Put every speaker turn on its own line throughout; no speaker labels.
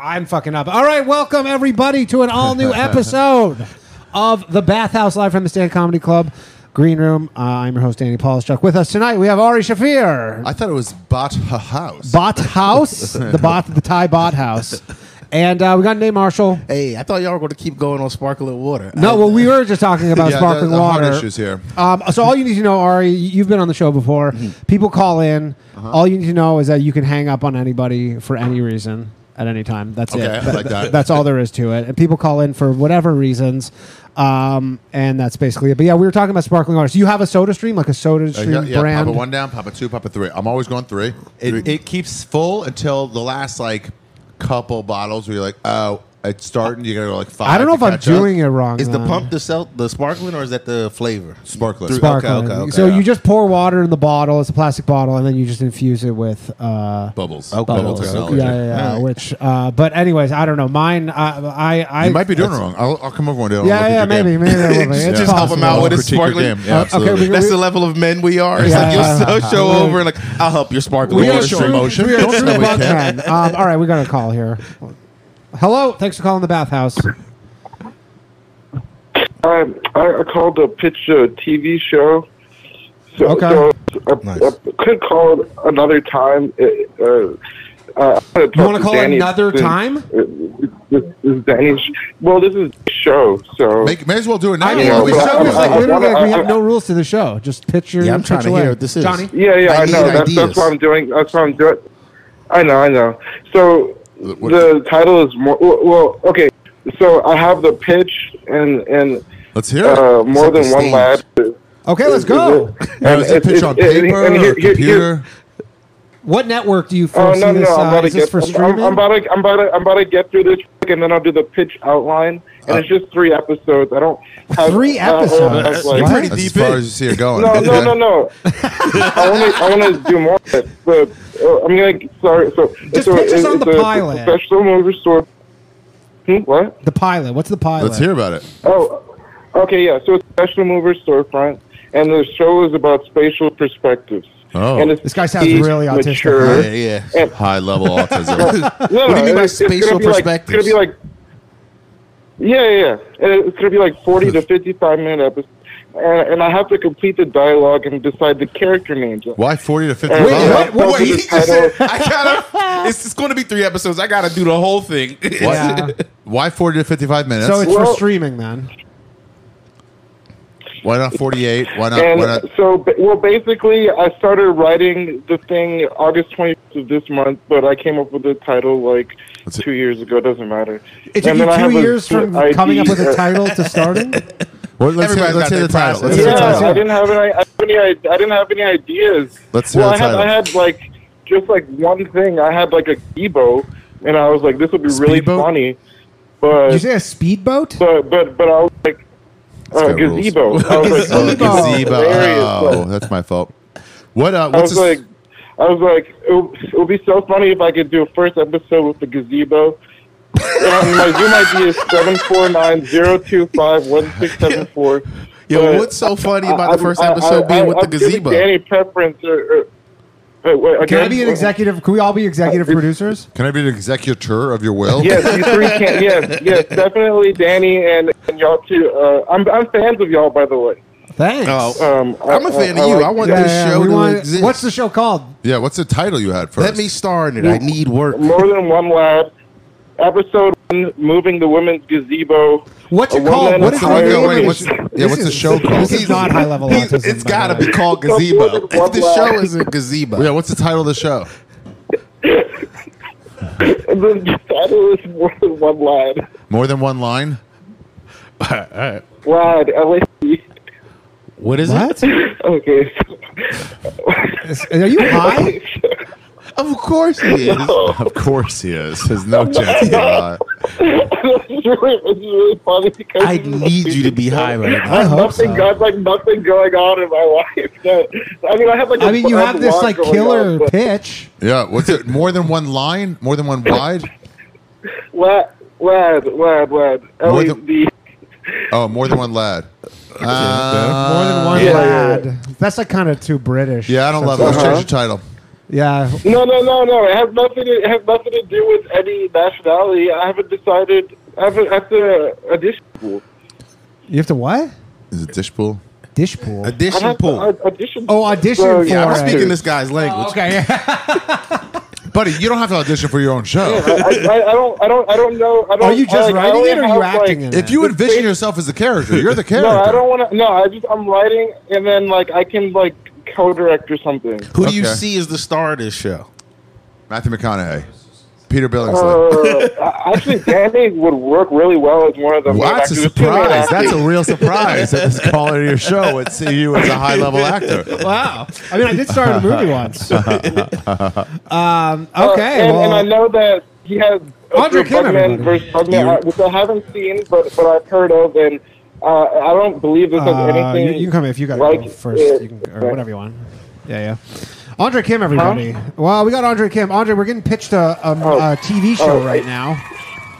I'm fucking up. All right, welcome everybody to an all new episode of the Bathhouse Live from the Stand Comedy Club Green Room. Uh, I'm your host Danny Paulistruck. With us tonight we have Ari Shafir,
I thought it was Bot Ha House.
Bot House, the bot, the Thai Bot House, and uh, we got Nate Marshall.
Hey, I thought y'all were going to keep going on sparkling water.
No,
I-
well, we were just talking about
yeah,
sparkling
the, the
water.
Hot issues here.
Um, so all you need to know, Ari, you've been on the show before.
Mm-hmm.
People call in.
Uh-huh.
All you need to know is that you can hang up on anybody for any reason at any time. That's
Okay,
it.
I
Th-
like
th-
that.
That's all there is to it. And people call in for whatever reasons. Um, and that's basically it. But yeah, we were talking about sparkling water. So you have a soda stream, like a soda
Uh,
stream
yeah, yeah,
brand.
Papa one down, Papa two, Papa three. I'm always going three. It, it keeps full until the last like couple bottles where you're like, oh, it's starting. You gotta go like five.
I don't know
to
if I'm
catch up.
doing it wrong.
is the
though.
pump the cel- the sparkling or is that the flavor?
Sparkling.
Three-
sparkling?
Okay, okay, okay.
so you just pour water in the bottle. It's a plastic bottle, and then you just infuse it with. Uh,
bubbles.
Okay.
Bubbles. Yeah,
Bubble technology.
yeah, yeah.
Alright.
Which, uh, but anyways, I don't know. Mine, I, I, I
You might be doing it wrong. I'll, I'll come over one day. I'll
Yeah,
look at
yeah,
your
maybe,
game.
maybe. maybe. It's
Just help
possible.
him out with
I'll
his
critique your
sparkling-
game. Yeah,
Uh,
absolutely.
okay, we-
That's the level of men we are. It's like
Yeah.
you'll so show over and like I'll help your sparkling
We
water
are
stream.
sure- emotion.
We are
Don't
true
say we
bug
can't.
men. Um, all right, we got a call here. Hello, thanks for calling the bathhouse.
Um, I, I called to pitch a TV show. So,
Okay.
so I,
Nice.
I could call it another time. Uh, uh, uh, I'm gonna talk
You want to call
Danny
another
since,
time?
uh, This, this is Danny's. Well, this is his show, so
Make, may as well do it now.
I mean,
Yeah,
the
but-
show is like
I- I-
literally like we
I-
have no rules to the show. Just picture.
Yeah, I'm trying to hear what this is.
Johnny.
yeah, yeah.
I
I,
need
know. That's,
ideas.
that's what I'm doing. That's what I'm doing. I know. I know. So
What-
the title is more. Well, well, okay. So I have the pitch and and
Let's hear it.
uh, more
Set the
than one
stage.
lad.
Okay, let's go.
Now, is it
it's-
pitch on
it's- and-
paper
and
or
here- here- here-
computer?
What network do you
Oh
foresee
no, no,
this?
I'm
uh,
about to
is this
get.
for
I'm- I'm,
streaming?
I'm about to. I'm about to. I'm about to get through this, and then I'll do the pitch outline.
Uh,
And it's just three episodes. I don't have
Three
uh,
episodes?
uh, like-
You're pretty
That's as
deep
far
in.
as you see it
Oh,
going.
no,
Okay.
no, no, no. I want to. I want to do more. Of it, but uh, I'm gonna. Sorry. So
Just
so
pitch us
it's
on the
a, it's
pilot.
A special movie store. Hmm, what?
the pilot. What's the pilot?
Let's hear about it.
Oh, okay, yeah. So it's a special mover storefront, and the show is about spatial perspectives.
Oh.
and it's
This guy sounds really autistic.
mature.
Yeah, yeah.
High level autism.
No,
What do you mean
no,
by
it's- it's gonna
spatial
be like-
perspectives?
it's gonna be like, yeah, yeah, yeah. And it's gonna be like forty to fifty-five minute episodes, and, and I have to complete the dialogue and decide the character names.
Why 40 to 50?
Wait,
Wait,
Oh,
what?
yeah.
Wait, he
Those are the
just said, I gotta. It's, it's going to be three episodes. I gotta do the whole thing.
Yeah.
Why 40 to 55 minutes?
so it's for
Well-
streaming then.
why not 48? Why not?
And
why not
so, ba- well, basically, I started writing the thing August 20th of this month, but I came up with the title like
That's it.
two years ago. Doesn't matter.
It took
And
you
then I
two
have a
years from
ID,
coming up with a
uh,
title to starting.
well, let's hear,
Everybody's
let's
got
hear
their
the title.
process.
Let's hear the
Yeah,
title.
I didn't have any. I, didn't have- I didn't have any ideas.
Let's hear
well,
the
I had,
title.
I had like just like one thing. I had like a Gibo, and I was like, this would be really
Speedboat?
funny,
Did you
but
say a speedboat?
but but but I was like
It's
uh,
got rules.
gazebo. I was
Oh,
like,
Gazebo.
oh, this is
gazebo.
hilarious.
Oh, that's my fault. What? Uh,
I
what's
was
this?
like, I was like, it would, it would be so funny if I could do a first episode with the gazebo. and my Zoom ID is seven four nine zero two five one six seven four.
Yo, what's so funny about the first episode being with the gazebo?
Any preference or? or wait, wait,
Can I
again?
be an executive? Can we all be executive producers?
Can I be an executor of your
Oh.
will?
Yes, you three can. Yes, yes, definitely, Danny and, and y'all too. Uh, I'm I'm fans of y'all, by the way.
Thanks.
Oh,
Um,
I'm a fan of you. I want
Yeah,
this
yeah,
show
we
to
want-
exist.
What's the show called?
Yeah. What's the title you had first?
Let me star in it. I need work.
more than one lab. Episode one, moving the women's gazebo.
What's
A
it called?
woman
What is the
hired-
wait,
name?
wait,
of
what's-
it?
yeah,
This
what's the
is-
show called?
This is not high level
He's-
autism.
it's
by
got to
the way.
be called Gazebo.
One
the
laugh.
show is a Gazebo.
Yeah. What's the title of the show?
And then the title is more than one lad.
More than one line.
Lad, L A D.
What is
What?
Okay.
Is- Are you high?
Of course he is.
Of course he is. There's no chance. He's not.
it's really, it's really funny because
I need you to be high right now.
I hope
nothing
so.
got like nothing going on in my life. That, I mean, I have like a
I mean, you
a
have this
blog
like
going on,
killer
but
pitch.
Yeah. What's it? More than one line. More than one wide.
Lad, lad, lad, lad. L
More
A
than-
D.
Oh, more than one lad. Uh,
More than one
Yeah.
lad. That's like kind of too British.
Uh-huh.
yeah. I don't love it. Let's change the title.
Yeah.
No, no, no, no. It has nothing. To, it has nothing to do with any nationality. I haven't decided. I haven't at the audition pool.
You have to what?
Is it dish pool?
Dish pool.
I
Addition
have to
pool.
au- audition.
Oh, audition
for
for
Yeah, I'm
Alright.
speaking this guy's language.
Oh, okay.
Buddy, you don't have to audition for your own show.
I, I, I don't. I don't. I don't know. I don't,
Are you just
like, I
writing
only
it or are
have,
you acting
like,
in it?
If you envision yourself as a character, you're the character.
No, I don't want to. No, I just I'm writing, and then like I can like co-direct or something.
Who do you
Okay.
see as the star of this show?
Matthew McConaughey, Peter Billingsley.
Uh, I- actually, Danny would work really well as one of them.
Well, that's a
Actually, the two main
surprise.
actors.
That's a real surprise that this caller to your show would see you as a high level actor.
wow. I mean, I did star in a movie once. um, okay.
Uh, and,
well,
and I know that he has
Audrey Kim,
Bugman
everybody.
versus Bugman, uh, which I haven't seen, but but I've heard of, and uh, I don't believe this has
uh, you,
anything.
you can come if you got to
like
go first,
it.
you can, or whatever you want. Yeah, yeah. Andre Kim, everybody. Well, we got Andre Kim. Andre, we're getting pitched a, a, a TV show
Oh.
right now.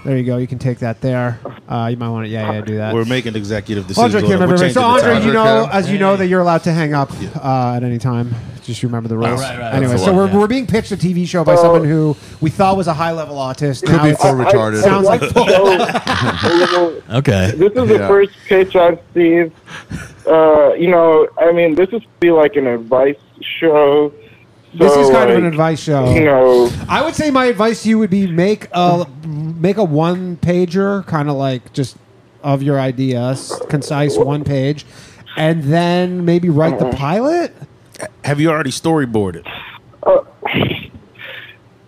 There you go. You can take that there. Uh, you might want to, yeah, yeah, do that.
We're making executive decisions.
Andre
on it.
Kim,
We're
everybody.
changing
So,
the
Andre,
time.
you know,
Andre Kim.
as you know, that you're allowed to hang up uh, at any time. Just remember the rules.
right, right,
anyway,
that's the
so
one,
we're,
yeah.
we're being pitched a TV show by
Oh.
someone who we thought was a high level autist.
Could
Now
be
it's-
full retarded.
Sounds like
so a little-
Okay.
This is the
Yeah.
first pitch I've seen. Uh, you know, I mean, this is be like an advice show.
This is
so,
kind of an
like,
advice show.
You know,
I would say my advice to you would be make a make a one pager, kind of like just of your ideas, concise one page, and then maybe write the pilot.
Have you already storyboarded?
How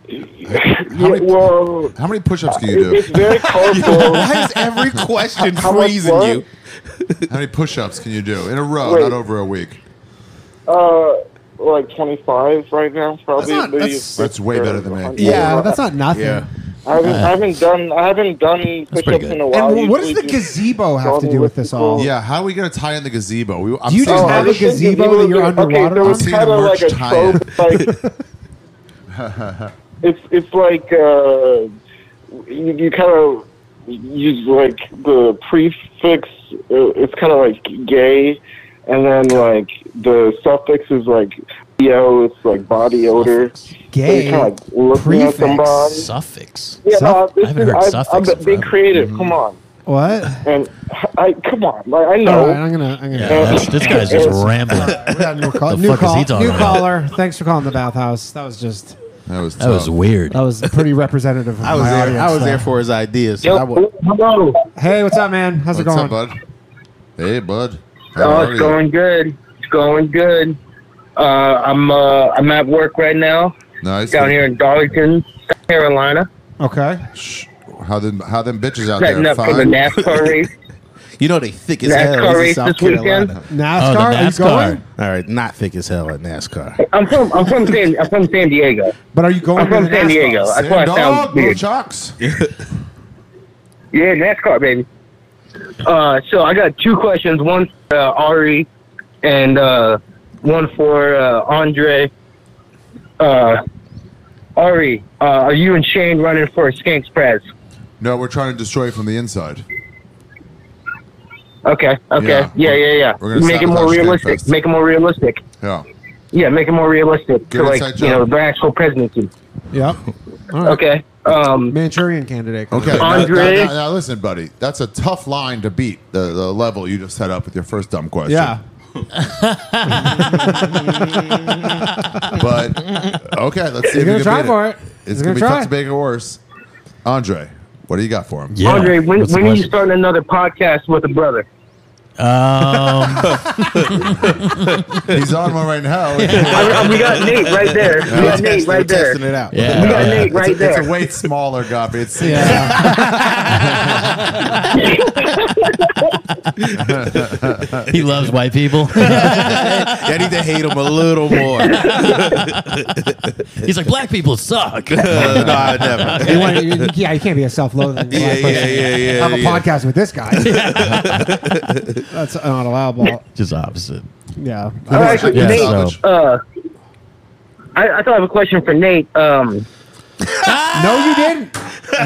many-
well,
How many push ups can you
it, it's
do?
very colorful.
Why is every question
How much
freezing
what?
you?
How many push ups can you do in a row,
Wait.
not over a week?
Uh, like 25 right now, probably.
not-
Maybe
that's-
That's way better than me.
Yeah, that's not nothing.
Yeah.
I haven't, I haven't done. I haven't done push-ups
pretty
in
good.
a while.
And what does
Usually
the
just-
gazebo have to do with this all?
Yeah, how are we going to tie in the gazebo? We, I'm
Do you
seeing-
just
Oh, I
have a
think
gazebo that you're
was-
underwater
Okay, so
on?
it's
Seen
kind
the
of like a
merch tie-in.
trope. Like it's it's like uh, you, you kind of use like the prefix. Uh, it's kind of like gay, and then like the suffix is like yo. It's like body odor.
Gay.
kind of like looking at
Prefix.
somebody.
Suffix.
Yeah, no, this
I haven't
is,
heard
I,
suffix Mm-hmm.
I'm
in
being
forever.
creative. Come on,
What?
and I come on. Like I
All
know.
right, I'm gonna. I'm gonna.
Yeah, that's, this guy's just rambling.
We got a new call.
The
New,
fuck is
call,
he talking
new
about?
caller. Thanks for calling the bathhouse. That was just.
That was,
That was
tough.
weird.
That was pretty representative. Of
I was
my
there.
Audience,
I was there
so.
for his ideas. so
Yo,
I wa-
hello.
Hey, what's up, man? How's it
What's
going?
up, bud? Hey, bud. How
Oh,
are
it's
you?
going good. It's going good. Uh, I'm uh, I'm at work right now
Nice.
down here in Darlington, South Carolina,
Okay.
Shh. How them, how them bitches out
setting
there?
up for the
Fine.
NASCAR race.
You know they thick as hell.
NASCAR
This
race
is South
this weekend.
Carolina.
NASCAR.
Oh, the
Are you
NASCAR.
going?
All right, not thick as hell at NASCAR.
I'm from I'm from San I'm from San Diego.
But are you going
I'm
to
from
the
San
NASCAR?
Diego. That's why I
Sand
sound
dog, little
weird.
chucks.
Yeah, NASCAR baby. Uh, so I got two questions. One for uh, Ari, and uh, one for uh, Andre. Uh, Ari, uh, are you and Shane running for Skanks Prez?
No, we're trying to destroy it from the inside.
Okay. Okay.
Yeah.
Yeah. Yeah. Yeah.
We're gonna
Make it more
sabotage
realistic.
Skankfest.
Make it more realistic.
Yeah.
Yeah. Make it more realistic
Get
to like
inside
you know
job.
the actual presidency.
Yep. All right.
Okay. Um.
Manchurian candidate.
Okay. now-
Andre?
Now, now- now listen, buddy. That's a tough line to beat. The, the level you just set up with your first dumb question.
Yeah.
But okay, let's see.
He's
if
gonna
you can
try
beat
for it.
It's
He's gonna
gonna, be
try.
tough to make it worse. Andre, what do you got for him?
Yeah.
Andre, when,
What's the
when are you
question?
starting another podcast with a brother?
Um,
He's on one right now.
I, I- we got Nate right there. We got Nate right there.
Testing it out.
We
yeah.
got Nate right
it's, a, it's a
there.
way smaller guppy. It's
Yeah.
He loves white people.
I need to hate him a little more. no,
He's like, black people suck.
I never.
You wanna- you- yeah, you can't be a self-loathing. black
Yeah, yeah,
person.
yeah, yeah.
Have a
yeah.
podcast with this guy. That's not allowable.
just opposite.
Yeah.
All right, so
Yeah,
Nate,
salvage.
uh, I, I thought I have a question for Nate. Um,
no, you didn't.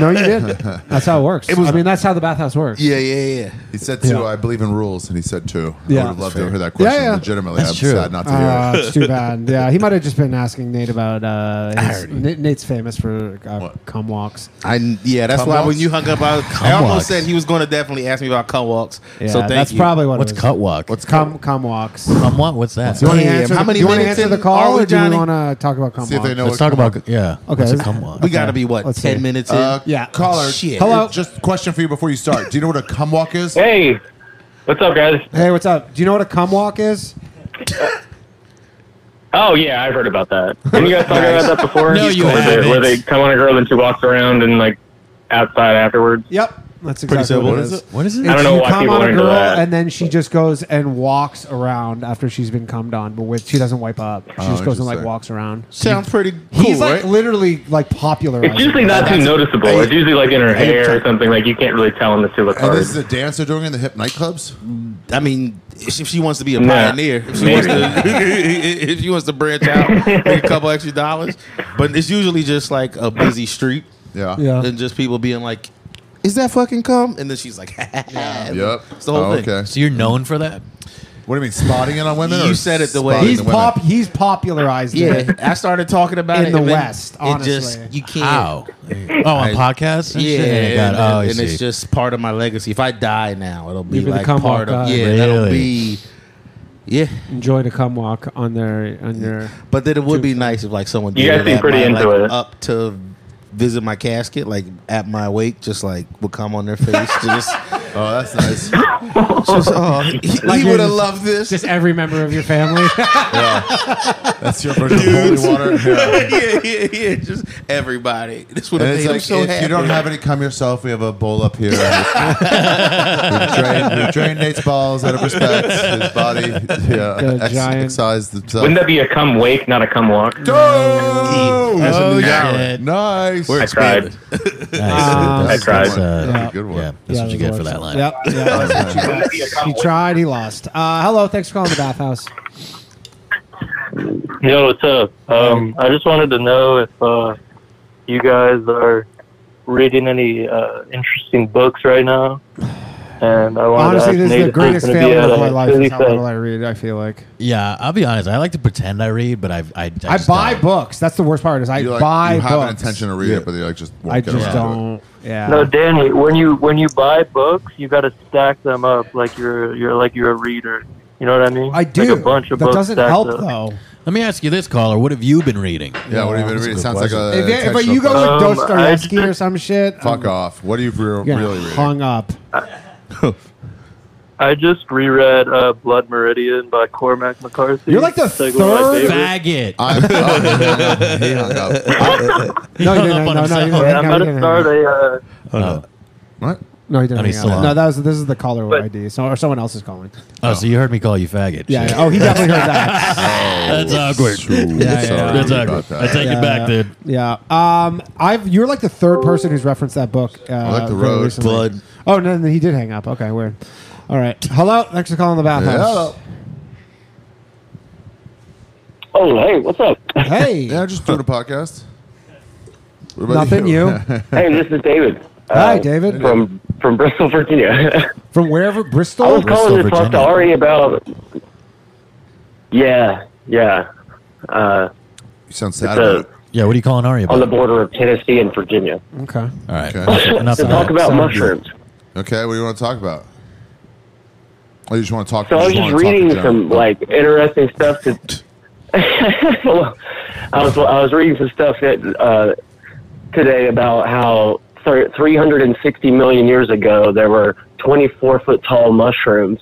No, you didn't. That's how it works. I mean, that's how the bathhouse works.
Yeah, yeah, yeah. He said two.
Yeah.
I believe in rules, and he said two.
Yeah.
I would have loved to
Fair.
hear that question.
Yeah, yeah.
Legitimately,
That's
I'm
true.
sad not to
Uh,
hear it.
it's too bad. Yeah, he might have just been asking Nate about. Uh, his, Nate- Nate's famous for uh, cum walks.
I yeah, that's
Cum
why
walks?
when you hung up, I, I
walks.
almost said he was going to definitely ask me about cum walks.
Yeah,
so thank
that's
you.
probably what.
What's
it is.
cut walk?
What's come?
cum cum walks?
cum walk? What's that?
Do you want to
Damn,
answer?
how
the-
many
do you wanna
minutes
answer the
in are
call,
we,
or do you
Johnny?
want to talk about cum
See if they
walks?
know.
Let's
what
talk
cum
about yeah.
Okay,
What's a
let's-
cum walk?
We got to be what
Let's
ten
see.
minutes
Uh,
Yeah.
Caller,
Shit.
Hello?
Just question for you before you start. Do you know what a cum walk is?
Hey, what's up, guys?
Hey, what's up? Do you know what a cum walk is?
Oh yeah, I've heard about that. Didn't you guys talk about that before?
No, you
where they,
haven't.
where they come on a girl and she walks around and like outside afterwards.
Yep, that's exactly
simple.
what it
What
is.
is
What is it?
I don't know
you
why
come
people
on
are
a
into
girl
that.
and then she just goes and walks around after she's been cummed on, but with she doesn't wipe up. She
Oh,
just goes and like
interesting.
walks around.
Sounds pretty cool,
He's like
right?
literally like popularizing.
It's usually not too noticeable. It's usually like in her hair or something. Like you can't really tell unless you look
And
hard.
this is a dance they're doing in the hip nightclubs.
I mean, if she wants to be a
Nah,
pioneer, if she, wants to, if she wants to branch out, make a couple extra dollars, but it's usually just like a busy street
Yeah.
Yeah.
and just people being like, "Is that fucking cum?" And then she's like,
Yep.
It's the whole
Oh,
thing.
Okay.
So you're known for that?
What do you mean spotting it on women?
You
or
said it the way-
spotting
He's
the women?
pop. He's popularized.
Yeah,
It.
I started talking about
In
it
the
and then
West,
It just
honestly.
you can't.
How? oh, on
I-
podcasts? and
Yeah,
shit?
and,
God, oh, I
and it's
see.
just part of my legacy. If I die now, it'll be
You'll be the
like
cum
part
walk
of
guy.
yeah. That'll
Really?
be yeah.
Enjoy the cum walk on their on their.
But then it would be nice if like someone
You
did
guys
it
seem
at
pretty
my,
into
like,
it.
up to visit my casket, like at my wake, just like would come on their face. just,
Oh, that's nice.
just oh, he,
Like
would have
his-
loved this.
Just every member of your family.
That's your version of holy water. Yeah.
yeah, yeah, yeah. Just everybody. This would
And
have
it's
made him
like
so
if
happy.
you don't have any cum yourself, we have a bowl up here. we drain, we drain Nate's balls out of respect. His body, yeah,
Good
ex-
giant-
excised itself.
Wouldn't that be a come wake, not a come walk?
Oh,
That's a new
yeah.
shit.
Nice.
We're
I tried.
expanding.
Um,
Nice.
I tried.
That's, uh,
That's a good one.
Yeah, that's
Yeah,
what you get
those
for
works.
that line.
Yep. yeah, that's what you got. he tried. He lost. Uh, hello. Thanks for calling the bathhouse.
Yo, what's up? Um, I just wanted to know if uh, you guys are reading any uh, interesting books right now. And I wanted
Honestly,
to
this is
ask Nate
the
if he's
greatest
gonna be
failure
at
of
a
my life.
Philly
Is how little
Fest.
I read it. I feel like
Yeah, I'll be honest. I like to pretend I read, but I I, I,
I
just
buy
don't.
books. That's the worst part. Is I
You, like,
buy
you
books.
have an intention to read it, but you like just won't
I
get
just
around to it.
don't. Yeah.
No, Danny, when you when you buy books, you got to stack them up like you're you're like you're a reader. You know what I mean?
I do.
Like a bunch of
that
books
doesn't
stacked
help
up.
though.
Let me ask you this, caller. What have you been reading?
Yeah, what do you mean? It sounds like a.
If, if
intentional
you go
fuck-
with
Um,
Dostoevsky
I-
or some shit,
fuck off. What are you re-
you're
really reading?
hung up.
I just reread uh, Blood Meridian by Cormac McCarthy.
You're like the
It's one of my
third
favorites.
Faggot.
I'm, oh, he hung up. I-
No, you
hung
didn't.
up
No, no,
on
you
himself.
didn't.
Yeah,
hang
I'm
up, you
gonna
didn't
start
hang up.
a. Uh,
what?
No, he didn't.
And he's
hang
still
up.
on.
No, that was this is the caller
But-
ID, so or someone else is calling.
oh, so you heard me call you faggot.
Yeah.
Shit. Oh,
yeah. Oh, he definitely heard that.
That's awkward.
True.
yeah, yeah.
Oh, Sorry
That's
about
awkward.
that.
I take
Yeah.
it back, dude.
Yeah. Um, I've you're like the third person who's referenced that book. Uh,
like the
very
road,
recently.
blood.
Oh no, no, he did hang up. Okay, weird. All right. Hello. Thanks for calling the
Hello.
bathhouse.
Oh, hey, what's up?
Hey.
Yeah, just doing a podcast. What about
Nothing. You.
hey, this is David. Uh,
Hi, David.
From from Bristol, Virginia.
From wherever
I
Bristol.
was calling to talk to
Virginia.
Ari about. Yeah, yeah. Uh,
You sound sad
uh,
It's a-
about it.
Yeah, what are you calling Ari about?
on the border of Tennessee and Virginia.
Okay.
All right.
Okay.
Enough
To
of
talk
that.
about
Sounds
mushrooms.
Okay, what do you want to talk about? Oh, you just want to talk.
So I was
wanna
just
talk in
reading
general.
some like interesting stuff. That, well, I was I was reading some stuff that uh, today about how thir- 360 million years ago there were 24 foot tall mushrooms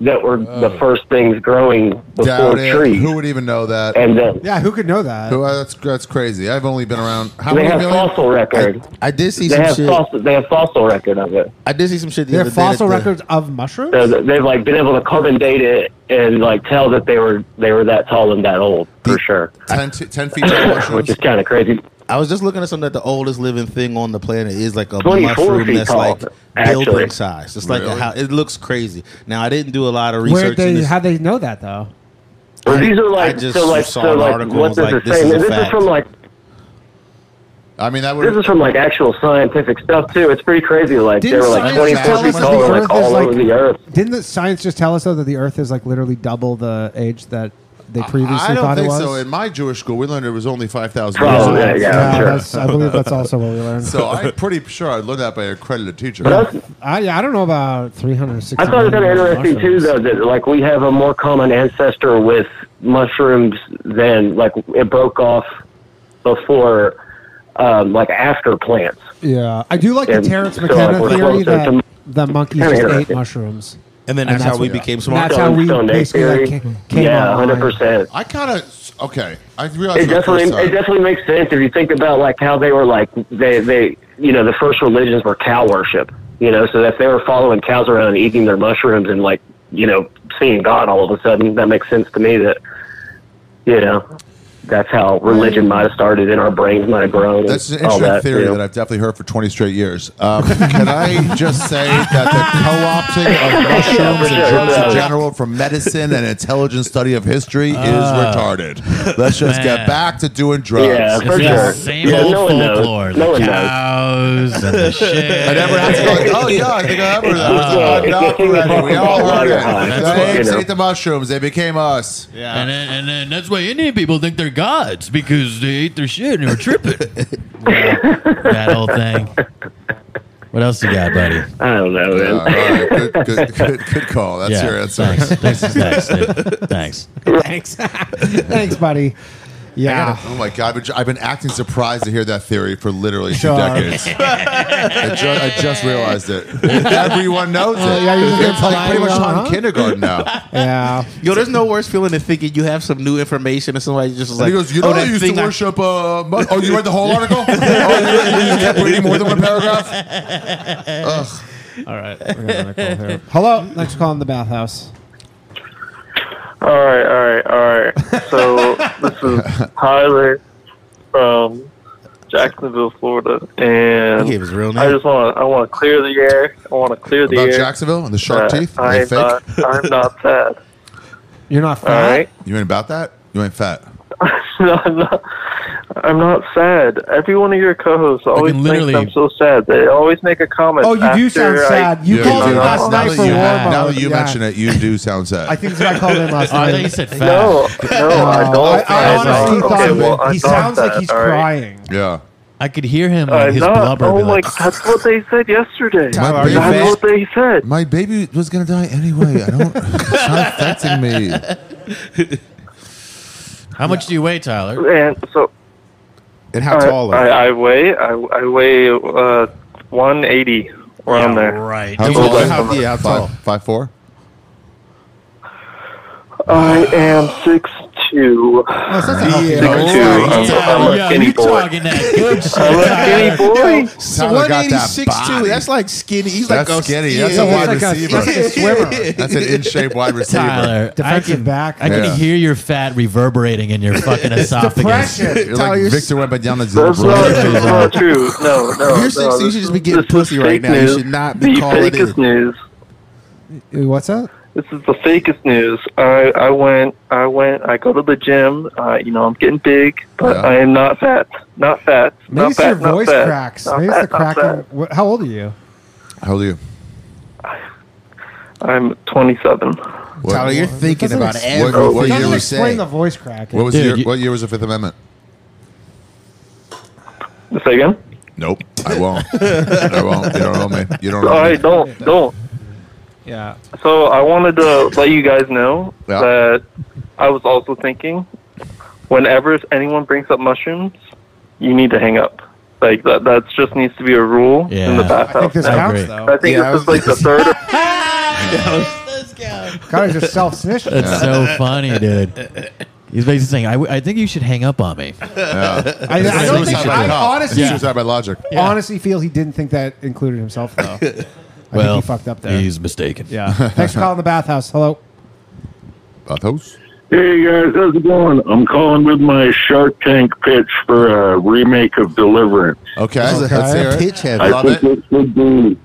that were the first things growing before
Oh. doubt it.
trees,
Who would even know that?
and uh,
Yeah. Who could know that?
Who- uh, that's that's crazy. I've only been around how
they
many
have
million?
fossil record.
I did see
They
some
have
shit.
fossil. They have fossil record of it.
I did see some shit the
They
other
have
day. that
fossil
the-
records of mushrooms.
So th- they've like been able to carbon date it and like tell that they were they were that tall and that old for sure,
Ten, t- 10 feet tall
which
mushrooms.
is kind of crazy.
I was just looking at something that the oldest living thing on the planet is like a
24
mushroom
feet
that's
tall,
like
actually.
building size. It's like a
Really?
how it looks crazy. Now I didn't do a lot of
Where
research. in
they
this.
how they know that though?
Well,
I-
these are
I
like
just
so like
saw
so
an
like
article and was
what does
like,
it
this
say?
is a
this
fact.
is from like
I mean, that would.
This is from like actual scientific stuff too. It's pretty crazy. Like
Didn't
there were like
science
24
tell us
people
that the
like
Earth
all
is, like-
over the Earth.
Didn't the science just tell us though that the Earth is like literally double the age that they previously
I don't
thought
think
it was?
so. In my Jewish school, we learned it was only five thousand.
Oh, yeah, yeah, I'm Yeah, sure. that's- I believe that's also what we learned.
so I'm pretty sure I learned that by an accredited teacher.
I, yeah, I don't know about 360.
I thought it was kind of interesting too, though, that like we have a more common ancestor with mushrooms than like it broke off before, um, like after plants.
Yeah, I do like the
And
Terrence
so,
McKenna
like, we're
theory
closer to-
that the monkeys
Kinda
just ate
interesting.
mushrooms,
And then that's how we
what-
became
and
smart.
That's how we
Stone Age
basically
theory.
like, ca- came
Yeah,
online.
100%.
I kind of okay. I realized
It
for the
definitely,
first time.
it definitely makes sense if you think about like how they were like they they you know the first religions were cow worship. You know, so if they were following cows around and eating their mushrooms and like you know seeing God all of a sudden, that makes sense to me. That you know. That's how religion might have started, and our brains might have grown. and
That's an
all
interesting
that,
theory
you know.
that I've definitely heard for 20 straight years. Um, can I just say that the co opting of mushrooms
Yeah,
and
sure.
drugs in general from medicine and intelligent study of history is retarded? Let's just get
Uh. man.
back to doing drugs.
Yeah, for
It's
sure.
the same
Yeah,
old
no one knows.
folklore.
No one
the
knows.
cows and the shit.
And everyone has to go, like, oh, yeah, I think I remember that.
Uh,
It was
it's
on
the
Doc
thing that
Reddy. We
talks
all
about
heard
water.
it.
That's
The
what, you
apes
know.
ate the mushrooms. They became us.
And, then, and then that's why Indian people think they're gods because they ate their shit and they were tripping. Yeah, that whole thing. What else you got, buddy?
I don't know.
Yeah,
Man.
all right. good, good, good, good call. That's
yeah,
your answer.
Thanks. Thanks. Thanks. dude. Thanks.
Thanks, thanks, buddy.
I
Yeah,
gotta- oh my god! I've been, I've been acting surprised to hear that theory for literally two
Sure.
decades. I, ju- I just realized it. Everyone knows it.
yeah, you just
it's
get
like pretty much
polite,
taught
huh?
in kindergarten now.
yeah.
Yo, there's no worse feeling than thinking you have some new information and somebody just is
And
like,
he goes, "You know,
oh,
I
that
used to
thing I-
worship." Uh, mu- oh, you read the whole article? oh, you, you just kept reading more than one paragraph.
Hello, next call in the bathhouse.
All right, all right, all right. So this is Tyler from Jacksonville, Florida,
He gave
and
his real
I
name.
just want to I want to clear the air. I want to clear the
About
air.
Jacksonville and the shark
that
teeth. Are they
I'm
fake?
not. I'm not fat.
You're not
All
fat.
right.
You ain't about that. You ain't fat.
no, I'm not. I'm not sad. Every one of your co-hosts always
can
thinks
literally-
I'm so sad. They always make a comment.
Oh, you do
after
sound
I-
sad. You
Yeah,
called
you
me
do.
last
Now
night
that
for
you-
war mode.
Now that you
Yeah.
mention it, you do sound sad.
I think that's what I called him last
Oh, I
night.
thought you said fat.
No, no,
Uh,
I don't.
I, I
think so.
honestly
Okay,
thought
well,
I
he
thought
sounds like
that,
he's
all right.
crying.
yeah.
I could hear him like,
I'm
his
not.
blubber.
Oh
be
my!
like,
God, That's what they said yesterday.
Tyler, are you
That's
fat?
what they said.
My baby was gonna die anyway. I don't. It's not affecting me.
How much do you weigh, Tyler?
And so
And
I,
how tall are you?
I, I weigh. I, I weigh uh, 180 around there.
Right.
How
Dude,
tall?
old?
How, yeah, how tall?
tall?
Five, five four.
I am six two. Six two. I'm, I'm a
Oh, yeah,
skinny
you
boy.
talking that good shit.
I'm a skinny boy.
So
Tyler got that
186 too.
body.
That's like skinny. He's
That's
like a-
skinny.
yeah.
That's a wide
like a-
receiver.
that's like a swimmer.
That's an in shape wide receiver.
Tyler,
Defensive
I can,
back.
I can
Yeah.
hear your fat reverberating in your fucking esophagus.
Depression.
You're like Victor Wembanyama's little
That's not,
brother.
that's not true. No, no.
You're six,
no,
you
this
should just be
is-
getting
this is
pussy right
fake
now. You
News.
should not be
the
calling it
fakest
in.
news.
What's up?
This is the fakest news. I I went I went I go to the gym. Uh, you know I'm getting big, but
Yeah.
I am not fat. Not fat.
Maybe
not
it's
fat,
your
not
voice
fat,
cracks.
not
Maybe it's
fat,
the
not
cracking. wh- How old are you?
How old are you?
fat. I'm 27.
What,
Tyler, you're
what-
thinking
doesn't
about
ex-
what,
everything.
what
Doesn't
year was
explain
saying?
the voice crack.
What was
Dude,
year,
you-
what year was the Fifth Amendment?
Say again.
Nope. I won't. I won't. You don't know me. You don't
All
know me.
right, don't don't.
yeah.
So I wanted to let you guys know
Yeah.
that I was also thinking, whenever anyone brings up mushrooms, you need to hang up. Like that, that just needs to be a rule in the
Yeah.
I think
bathhouse.
this
now.
counts
agree.
though.
I think
Yeah, I
this is like the third.
God, he's just self snitching.
That's so funny, dude. He's basically saying, I, w- I think you should hang up on me.
I, I don't think.
Suicide by
I
"Oh."
cop.
honestly,
It's suicide by logic.
honestly feel he didn't think that included himself though. I
well,
think he fucked up there.
He's mistaken.
Yeah. Thanks for calling the bathhouse. Hello.
Bathos?
Hey guys, how's it going? I'm calling with my Shark Tank pitch for a remake of Deliverance.
Okay.
Okay.
Let's hear it.
Pitch heavy.
I love
think
it.
should be.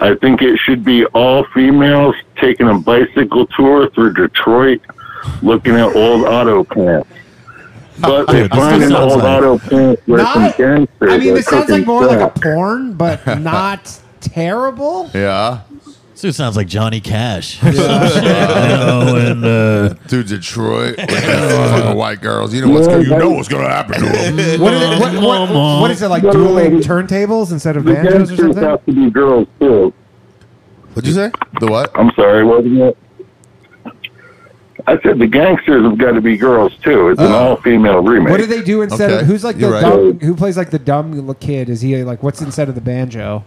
I think it should be all females taking a bicycle tour through Detroit, looking at old auto plants.
But they find an old auto plant where some gangsters
I mean,
are
this sounds
cooking
like more like
stuff.
a porn, but not terrible.
Yeah.
This dude sounds like Johnny Cash. Some shit, you know, and, uh,
to Detroit with the fucking white girls. You know what's
Yeah,
gonna, you
that
know
is-
what's gonna happen to them.
What is it? What, what- what is it like?
Mom.
Dueling turntables instead of
The
banjos or
gangsters
something?
have to be girls too.
What'd you say? The what?
I'm sorry, wasn't it? I said the gangsters have got to be girls too. It's an all-female remake.
What do they do instead of
Oh. Okay,
who's like the
you're right.
dumb, who plays like the dumb little kid? Is he like what's instead of the banjo?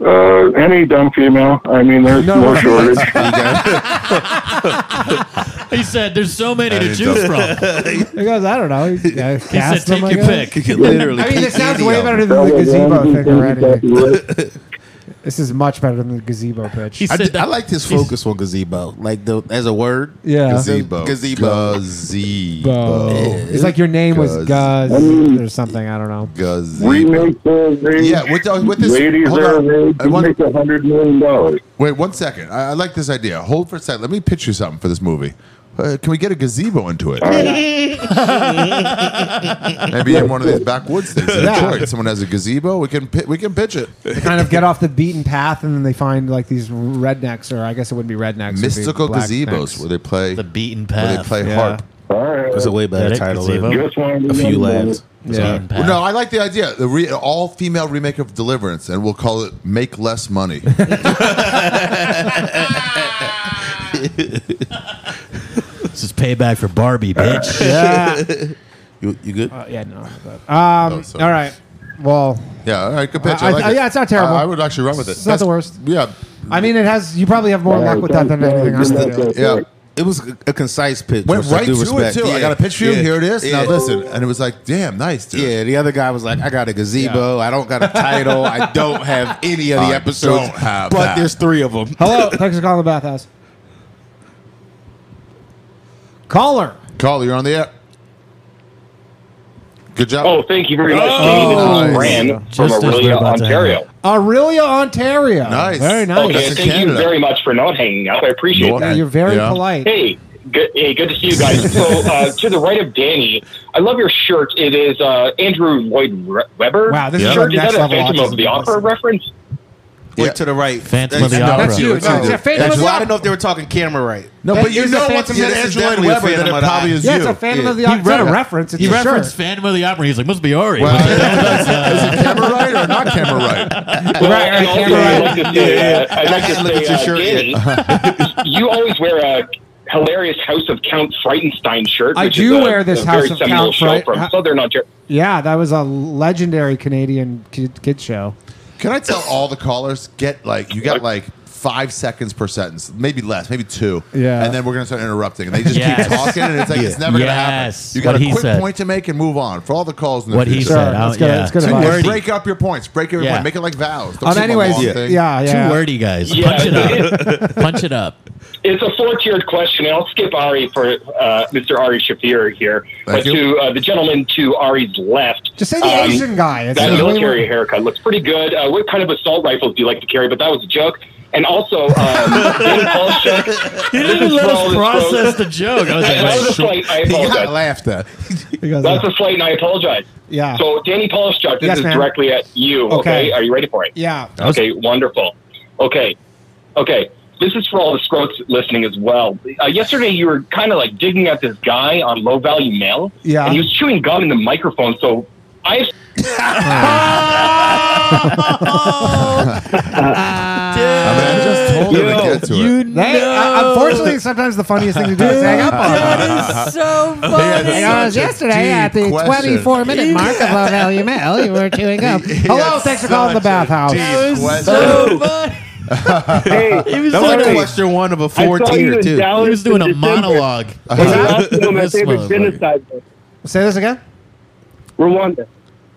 uh, any dumb female. I mean, there's
No.
no, shortage.
he said, "There's so many to
That
choose
is
from."
He goes, I don't know. He, yeah,
He said,
cast
"Take
him, I
your
guess.
pick." You can literally
I mean,
pick
this sounds
any
way
of
better
them.
than the gazebo thing already.
Exactly.
This is much better than the gazebo
He
pitch.
I,
said
d- I
that-
liked his
he s-
focus on gazebo, like the as a word.
Yeah.
Gazebo.
Gazebo.
Bo.
Gazebo.
It's like your name was Guz
Mm.
or something. I don't know.
Gazebo.
Remake the rage.
Yeah, with, the- with this.
Ladies
hold
are
on.
rage.
I
You
want-
make a hundred million dollars.
wait one second. I, I like this idea. Hold for a second. Let me pitch you something for this movie. Uh, can we get a gazebo into it? Maybe in one of these backwoods things in
Yeah.
Detroit. Someone has a gazebo. We can pi- we can pitch it.
They kind of get off the beaten path, and then they find like these rednecks, or I guess it wouldn't be rednecks. it'd be
Mystical
black
gazebos
necks.
where they play
The beaten
where
path.
they play
Yeah.
harp.
All right.
That's a way better
Get it?
title.
Gazebo?
than
Just wanted to
A few
know.
laughs.
The
Yeah.
beaten path.
No, I like the idea. The re- all female remake of Deliverance, and we'll call it "Make Less Money."
this is payback for Barbie, bitch.
Yeah.
You, you good?
Uh, yeah. No. Um,
Oh, sorry.
all right. Well,
yeah, all right, good pitch. I,
I-
like
I-
it.
yeah, it's not terrible.
I, I would actually run with it.
It's not the worst.
Yeah,
I mean, it has. You probably have more luck with that than anything else.
Mr.
do.
yeah.
It was a, a concise pitch.
Went
with
right to
due respect.
it too. I
Yeah.
got a pitch for you.
Yeah.
Here it is.
Yeah.
Now listen, and it was like, damn, nice, dude.
Yeah, the other guy was like, I got a gazebo. I don't got a title. I don't have any of the
I
episodes.
don't have
but
that.
there's three of them.
Hello. Thanks for calling the bathhouse. Caller.
Caller, you're on the air. Good job.
Oh, thank you very much.
Uh, Oh,
This is
nice.
Fran from
Just as we're
Aurelia,
about to hang
Ontario.
Aurelia, Ontario.
Nice.
Very nice.
Okay,
That's in
thank you
Canada.
very much for not hanging up. I appreciate
You're
that.
Yeah, you're very
Yeah.
polite.
Hey, good, hey, good to see you guys. so, uh, to the right of Danny, I love your shirt. It is uh, Andrew Lloyd Re- Webber.
Wow, this is
shirt.
your
Is
next
that a
level
Phantom
autism
of the Opera
lesson.
reference?
Yeah.
Went to the right.
Phantom of the
That's-
Opera.
That's you.
That's you.
That's you.
Yeah, Phantom
That's
of
Actually,
the
you.
I don't know if they were talking camera right.
No,
But you know once
what's
it
Yeah,
said
this is
Angela
definitely a
Weber,
Phantom
then
of
it
the
probably
Eye.
is
Yeah,
you.
it's a Phantom
Yeah.
of the
He
Opera. It's not
read
a
it.
reference. It's
Uh, He
a
referenced
shirt.
Phantom of the Opera. He's like, must be Ari.
Well, is it camera right or not camera right?
Well, and also, I'd like to say,
Yeah, yeah.
uh, I'd like to
I look
say,
at your
uh,
shirt,
Danny, you always wear a hilarious House of Count Frightenstein shirt.
I
which
do
is a,
wear this
a
House
very
of
seminal
Count
show
Fright-
from
Ha-
Southern Ontario.
Yeah, that was a legendary Canadian kid, kid show.
Can I tell all the callers get like you got like five seconds per sentence, maybe less, maybe two.
Yeah.
And then we're gonna start interrupting, and they just
Yes.
keep talking, and it's like it's never gonna happen.
Yes.
You got
What
a
he
quick
said.
point to make and move on for all the calls. In the
what he
future.
Sure,
said.
let's
Oh,
get it-
yeah.
let's get it
Too
out.
And
wordy.
break up your points. Break every
Yeah.
point. Make it like vows. Don't
Um,
keep 'em
anyways,
long
yeah,
thing.
yeah,
Too wordy, guys.
Yeah,
Punch it
it
up. Punch it up.
It's a four-tiered question, and I'll skip Ari for uh, Mr. Ari Shafir here,
Thank
but
you.
to uh, the gentleman to Ari's left.
Just say the
um,
Asian guy. It's
That
way more-
military haircut looks pretty good. Uh, what kind of assault rifles do you like to carry? But that was a joke. And also, um, Danny Paulchuk,
You
this
didn't
is
let
Paul,
us
this
process
goes-
the joke. I was
That was a
like, wait,
slight. I
He got
apologize.
laughed at.
He goes,
That's a slight, and I apologize.
yeah.
So, Danny Paulchuk, this
Yes,
is
ma'am.
directly at you. Okay.
Okay.
Are you ready for it?
yeah.
Okay, wonderful. Okay, okay. This is for all the scroats listening as well. Uh, yesterday, you were kind of like digging at this guy on low value mail,
Yeah.
and he was chewing gum in the microphone. So I
Oh.
I, mean, I just told him to get to it.
That- uh, unfortunately, sometimes the funniest thing to do is hang up on them.
Yeah, that's
You know, it was
such a
yesterday at the
deep question.
24 minute mark of low value mail, you were chewing up.
He- he
Hello,
had
thanks for calling the
such a
bathhouse.
deep question.
Hey, that
That was like question one of a
I saw you
four-tier,
in
too.
Dallas
He was doing a
in December.
monologue.
Last one of my
This
favorite
motherfucker.
genocide, was
Say this again.
Rwanda.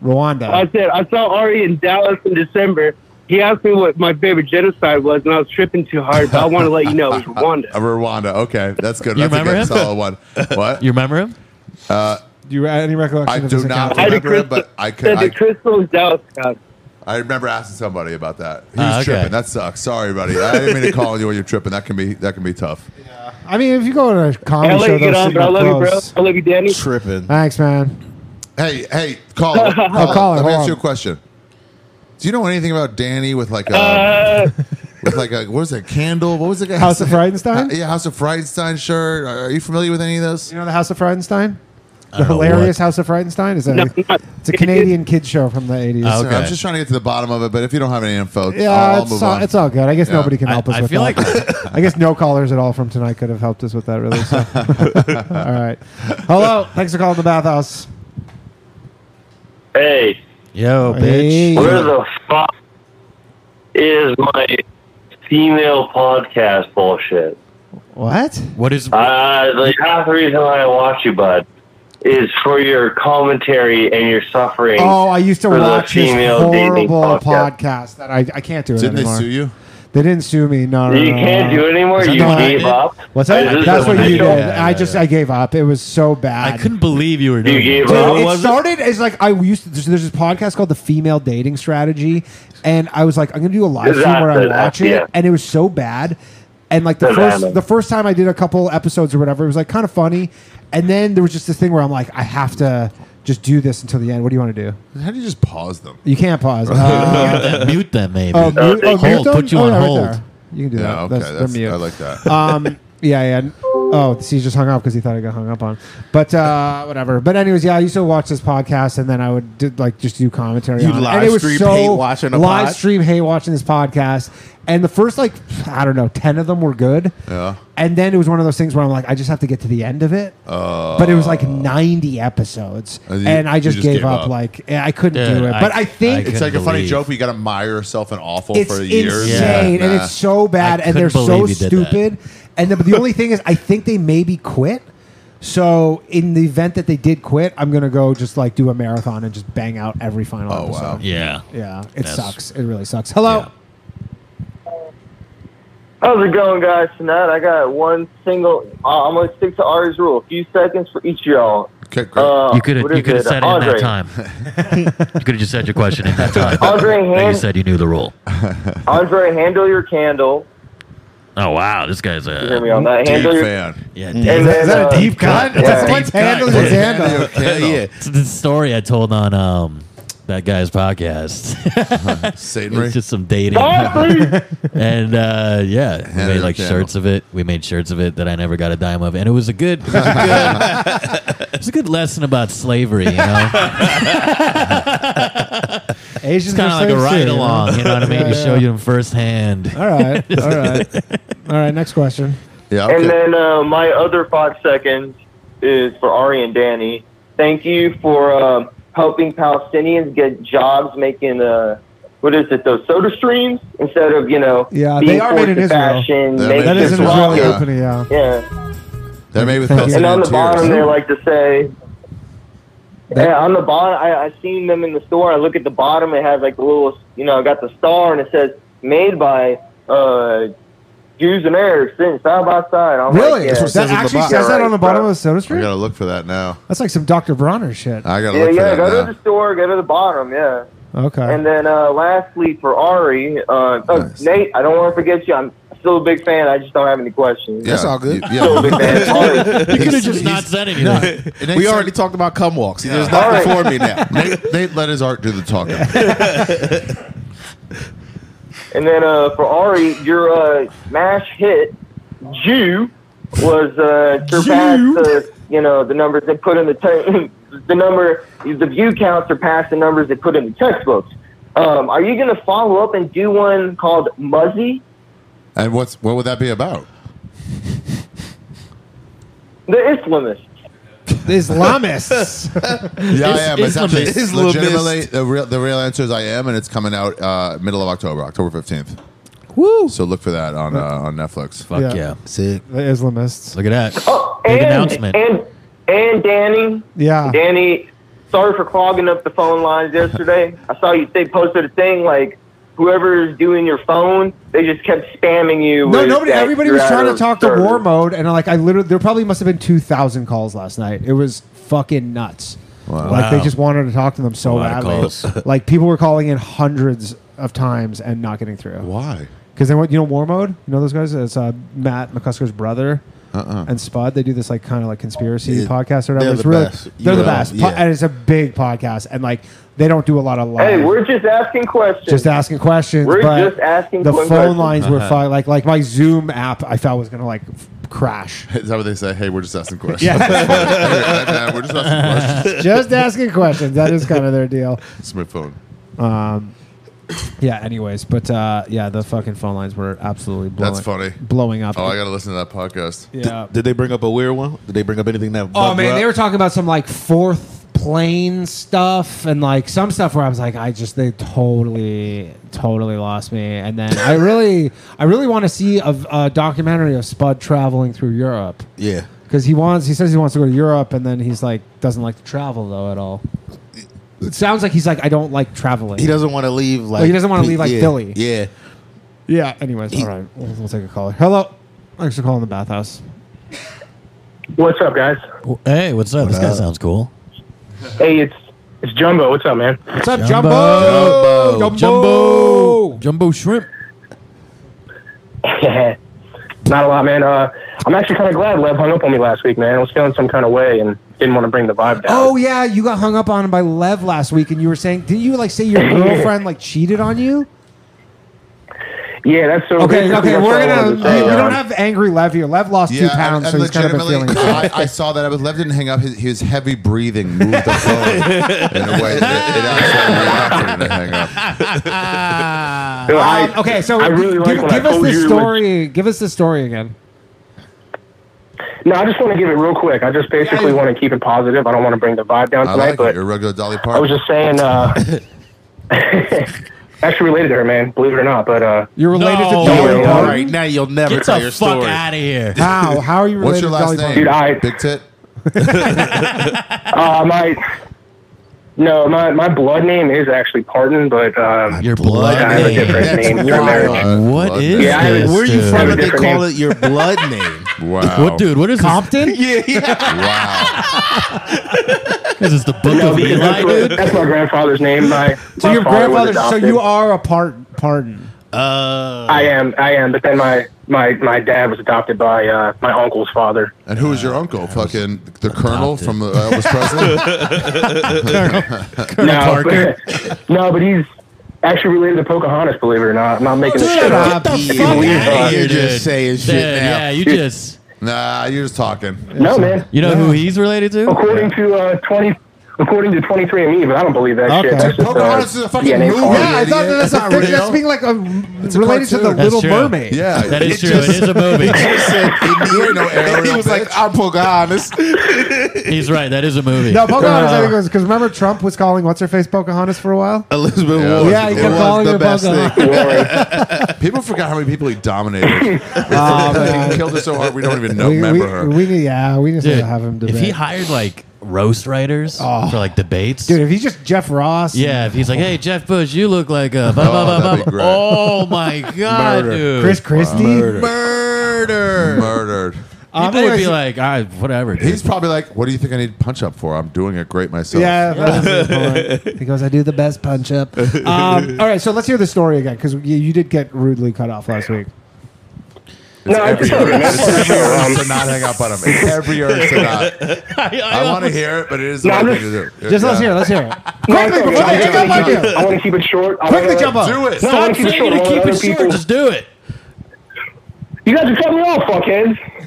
I
Rwanda.
said I saw Ari in Dallas in December. He asked me what my favorite genocide was, and I was tripping too hard. But I want to let you know it was
Uh,
Rwanda.
Rwanda. Okay, that's good.
You
that's a
remember
good
him?
solid one. What? Uh,
You remember him?
Do you uh, have any recollection
I
of
do
this
not
encounter?
I
remember it,
crystal-
but I
Said
could.
the
I,
crystal is Dallas. God.
I remember asking somebody about that. He was
Ah, okay.
tripping. That sucks. Sorry, buddy. I didn't mean to call you when you're tripping. That can be that can be tough.
I mean, if you go to a comedy show, those shit get close.
I love you, Danny. Tripping.
Thanks, man.
Hey, hey, call. her.
Oh,
Call her.
call her.
Let me
Hold
ask you
on.
a question. Do you know anything about Danny with like a Uh, with like a what was that candle? What was the guy?
House of Freudenstein?
yeah, House of Freudenstein shirt. Are are you familiar with any of those?
You know the House of Freudenstein?
I
The
don't know
hilarious House of Freudenstein is a
No,
it's a Canadian kids show from the eighties.
I'm just trying to get to the bottom of it, but if you don't have any info,
yeah,
I'll, I'll
it's,
move
all,
on.
it's all good. I guess
Yeah.
nobody can help us
I
with
feel
that. I guess no callers at all from tonight could have helped us with that, really. So. all right. Hello. Thanks for calling the bathhouse.
Hey,
Yo,
Hey.
where the fuck is my female podcast bullshit?
What?
What is?
Uh, the half the reason why I watch you, bud, is for your commentary and your suffering.
Oh, I used to
for the
watch this
female dating
horrible
podcast.
podcast. that I, I can't do it
Didn't they
anymore.
sue you?
They didn't sue me. No, no,
You
no,
can't
no.
do it anymore?
Is that
You
the one I
gave
did?
up?
What's
Is
that?
this
That's
the
what
one
you did.
I did? Yeah,
I just I gave up. It was so bad.
I couldn't believe you were doing.
You gave
that.
up?
Dude, it started as like I used to. There's, there's this podcast called the Female Dating Strategy, and I was like, I'm gonna do a live
That's
stream where I
it,
watch
yeah.
it, and it was so bad. And like the
That's
first
happening.
the first time I did a couple episodes or whatever, it was like kind of funny, and then there was just this thing where I'm like, I have to just do this until the end. What do you want to do?
How do you just pause them?
You can't pause. Uh,
mute them, maybe.
Oh, mute, oh, mute
hold,
them?
put you
Oh,
on
yeah, right
hold.
there. You can do
Yeah,
that.
okay,
that's,
that's-
they're mute.
I like that.
Um, yeah, yeah. Oh, see, he just hung up because he thought he got hung up on. But uh, whatever. But anyways, yeah, I used to watch this podcast, and then I would do, like just do commentary.
You
on it.
live
and it was
stream
so
hate watching a
live
pod?
stream hate watching this podcast, and the first like I don't know ten of them were good,
Yeah.
and then it was one of those things where I'm like, I just have to get to the end of it.
Uh,
But it was like 90 episodes,
you-
and I
you
just,
just
gave,
gave
up.
up.
Like eh, I couldn't do it. but I think
it's like a funny joke. where You got to mire yourself in awful
it's
for years.
insane, and
Nah.
it's so bad,
I
and they're
couldn't
so
believe you did that.
stupid. And the, but the only thing is, I think they maybe quit. So in the event that they did quit, I'm gonna go just like do a marathon and just bang out every final oh, episode.
Yeah.
yeah, it
That's-
sucks. It really sucks. Hello,
How's it going, guys? Tonight I got one single. Uh, I'm gonna stick to Ari's rule: a few seconds for each of y'all.
Okay,
great. Uh,
you could have
what is
you could have
it?
said it in
Andre.
that time. you could have just said your question in that time.
Andre
Like you
Hand-
said you knew the rule.
Andre, handle your candle.
Oh wow, this guy's a
You hear me on that? Handle your
Yeah,
And
deep.
then, Is that a uh, deep
cut?
Yeah.
That's what's handled is handled.
yeah, it's the story I told on um, that guy's podcast. Satanry. it's just some dating,
Satanry!
and uh, yeah, we made like
Handle.
shirts of it. We made shirts of it that I never got a dime of, and it was a good, it was a good, it was a good lesson about slavery. You know,
Asians
it's kind
are
of like a
so
ride
serious.
along. You know what I mean?
Yeah,
you
yeah.
show you them firsthand.
All right, all right, all right. Next question.
Yeah,
And then uh, my other five seconds is for Ari and Danny. Thank you for uh, helping Palestinians get jobs making, uh, what is it, those soda streams? Instead of, you know,
Yeah,
being
they are made
forced
in
to
Israel.
Fashion,
That
make
that is
this
an Israeli
rocket.
company. Yeah.
Yeah.
They're made with
Thank you.
Palestinian
And on the
tears.
bottom, they like to say, yeah, on the bottom, I, I seen them in the store. I look at the bottom, it has like a little, you know, I got the star and it says, made by uh, Jews and Arabs, sitting side by side. I'm like,
Really?
yeah.
That actually says that on the bottom of the soda
I
stream.
gotta look for that now.
That's like some Dr. Bronner shit.
I gotta
Yeah,
look for
yeah.
that
Go
now.
to the store. Go to the bottom. Yeah.
Okay.
And then uh, lastly, for Ari, uh, oh, Nate, I don't want to forget you. I'm still a big fan. I just don't have any questions.
Yeah. That's all good.
Still a big fan. Ari.
You
could've
just not
said
we already talked about cum walks. There's
Yeah.
not
All right.
before me now.
Nate, Nate let his art do the talking.
And then uh, for Ari, your uh, mash hit Jew was uh, surpassed the you know the numbers they put in the te- the number the view count surpassed the numbers they put in the textbooks. Um, are you going to follow up and do one called Muzzy?
And what's what would that be about?
The Islamists.
The Islamists.
Yeah, I am. It's actually
Islamist. Islamist.
legitimately the real the real answer is I am, and it's coming out uh, middle of October, October fifteenth.
Woo!
So look for that on uh, on Netflix.
Fuck Yeah. yeah.
sick.
the Islamists.
Look at that.
Oh,
Big
and,
announcement.
And and Danny.
Yeah.
Danny, sorry for clogging up the phone lines yesterday. I saw you they posted a thing like whoever's doing your phone, they just kept spamming you.
No,
with
nobody.
that
Everybody
you're
was
out
trying to
of
talk to
service.
war mode, and like I literally, there probably must have been two thousand calls last night. It was fucking nuts. Like they just wanted to talk to them so
A lot of
badly.
calls.
like people were calling in hundreds of times and not getting through.
Why?
Because they went, you know, War Mode. You know those guys. It's uh, Matt McCusker's brother.
Uh-uh.
And Spud, they do this like kind of like conspiracy
It-
podcast or whatever.
they're
it's
the
really,
best.
They're the
Yeah.
best, Po-
Yeah.
and it's a big podcast. And like they don't do a lot of live.
Hey, we're just asking questions.
Just asking questions.
We're
but
just asking
The phone
one question.
lines were
Uh-huh.
fine. Like like my Zoom app, I felt was gonna like f- crash.
Is that what they say? Hey, we're just asking questions.
Yeah.
Hey, we're just asking questions.
just asking questions. That is kind of their deal.
It's my phone.
Um, yeah. Anyways, but uh, yeah, the fucking phone lines were absolutely blowing,
That's funny.
blowing up.
Oh, I got to listen to that podcast.
Yeah.
Did they bring up a weird one? Did they bring up anything that?
Oh man, they were talking about some like fourth plane stuff and like some stuff where I was like, I just they totally, totally lost me. And then I really, I really want to see a, a documentary of Spud traveling through Europe
Yeah.
because he wants, he says he wants to go to Europe, and then he's like doesn't like to travel though at all. It sounds like he's like I don't like traveling.
He doesn't want to leave. Like
Like, Oh, he doesn't wanna leave, like,
yeah,
Philly.
Yeah.
Yeah. Anyways, all right, we'll, we'll take a caller. Hello, thanks for calling the bathhouse.
What's up, guys?
Hey, what's up? this guy sounds cool.
Hey, it's it's Jumbo. What's up, man?
What's up,
Jumbo? Jumbo. Jumbo.
Jumbo shrimp. Not a lot, man. Uh, I'm actually kind of glad Lev hung up on me last week, man. I was feeling some kind of way and didn't want to bring the vibe down.
Oh yeah, you got hung up on by Lev last week, and you were saying, didn't you like say your girlfriend like cheated on you?
Yeah, that's so.
Okay, okay, we're gonna. we-
say,
we
Lev.
um,
don't have angry Lev here. Lev lost two
Yeah,
pounds,
and,
so
and
he's kind of been feeling.
legitimately, I, I saw that. I was Lev didn't hang up. His, his heavy breathing moved the phone in a way that it, it actually happened to hang up. Uh,
So I-
Um, okay, so
I really
give,
like when I
give us
told
the
you it was-
story. Give us the story again.
No, I just want to give it real quick. I just basically want to keep it positive. I don't want to bring the vibe down
I
tonight,
like
but
it. You're a regular Dolly Parton.
I was just saying. Uh, actually, related to her, man. Believe it or not, but uh,
you're
related to No. Dolly Parton? All right, now you'll never
Get
tell
the
your
fuck
story.
outta
here.
How? How are you related
What's your
to Dolly
last name?
Parton?
Dude, I-
Big tit.
Uh, my no, my, my blood name is actually Parton, but um,
your
blood I have a different name for marriage.
What is
Yeah, I have a-
this?
where you
dude?
from? They call
it your blood name.
Wow.
What, dude? What is Compton?
yeah,
This is the book
No,
of
because
Eli,
that's, what-
dude.
that's my grandfather's name. My
So
my
your
father was
grandfather. So
adopted.
you are a part pardon.
Uh,
I am, I am. But then my my my dad was adopted by uh, my uncle's father.
And who is your uncle? Fucking the Colonel from the Elvis Presley.
no, but, no, but he's actually related to Pocahontas. Believe it or not, I'm not making this
Shut
shit
up.
up.
Get the
You
fuck
can believe
outta
that.
here, You're just dude. saying shit Dude, now. yeah, you
just.
Nah, you're just talking.
No, man.
You know who he's related to?
According to uh, twenty, according to twenty three andme but I don't believe that
Okay.
shit. That's just,
Pocahontas
uh,
is a fucking
DNA
movie.
card.
Yeah, I thought that that's not
Idiot.
real. That's being like um, related to the
cartoon.
Little
true.
Mermaid.
Yeah,
That is true. it is a movie.
you ain't no Ariel.
He was like, I'm Pocahontas.
He's right. That is a movie.
No, Pocahontas.
Uh,
I think was because remember Trump was calling what's her face Pocahontas for a while.
Elizabeth
Yeah,
Warren.
Yeah, he
it
kept
was
calling
the
her
best
Pocahontas.
People forgot how many people he dominated.
Oh, man.
he killed her so hard we don't even know,
we,
remember
we,
her.
we need, yeah, we just need
Dude,
to have him debate. Oh.
if he hired like roast writers for like debates,
Dude, if he's just Jeff Ross,
yeah, if he's like, "Hey, Jeff Bush, you look like a blah
Oh,
blah blah
that'd
blah,"
be great.
oh my god,
Murder.
dude,
Chris Christie,
murder.
Murdered.
Um,
People would be
anyways,
like, "I whatever." Dude.
He's probably like, what do you think I need punch up for? I'm doing it great myself.
yeah, that's his point. he goes, I do the best punch up. Um, all right, so let's hear the story again because you, you did get rudely cut off last week.
No, it's just okay. That's part of the
Every
show. Um,
urge to not hang up on him. It's Every urge to not. I want to hear it, but it is the
No,
right
I'm
thing
just-
to do.
Just let's
Yeah.
hear, it, let's hear it.
No,
Quickly,
it's okay.
before they
I
hang up
wanna
on you.
keep it- I want to keep it short. I
Quickly
wanna-
jump up.
Do it.
No, I wanna
Stop
keep it
saying
short. I
to
wanna let
keep it
other
short.
people-
Just do it.
You guys are cutting me off, fuckheads.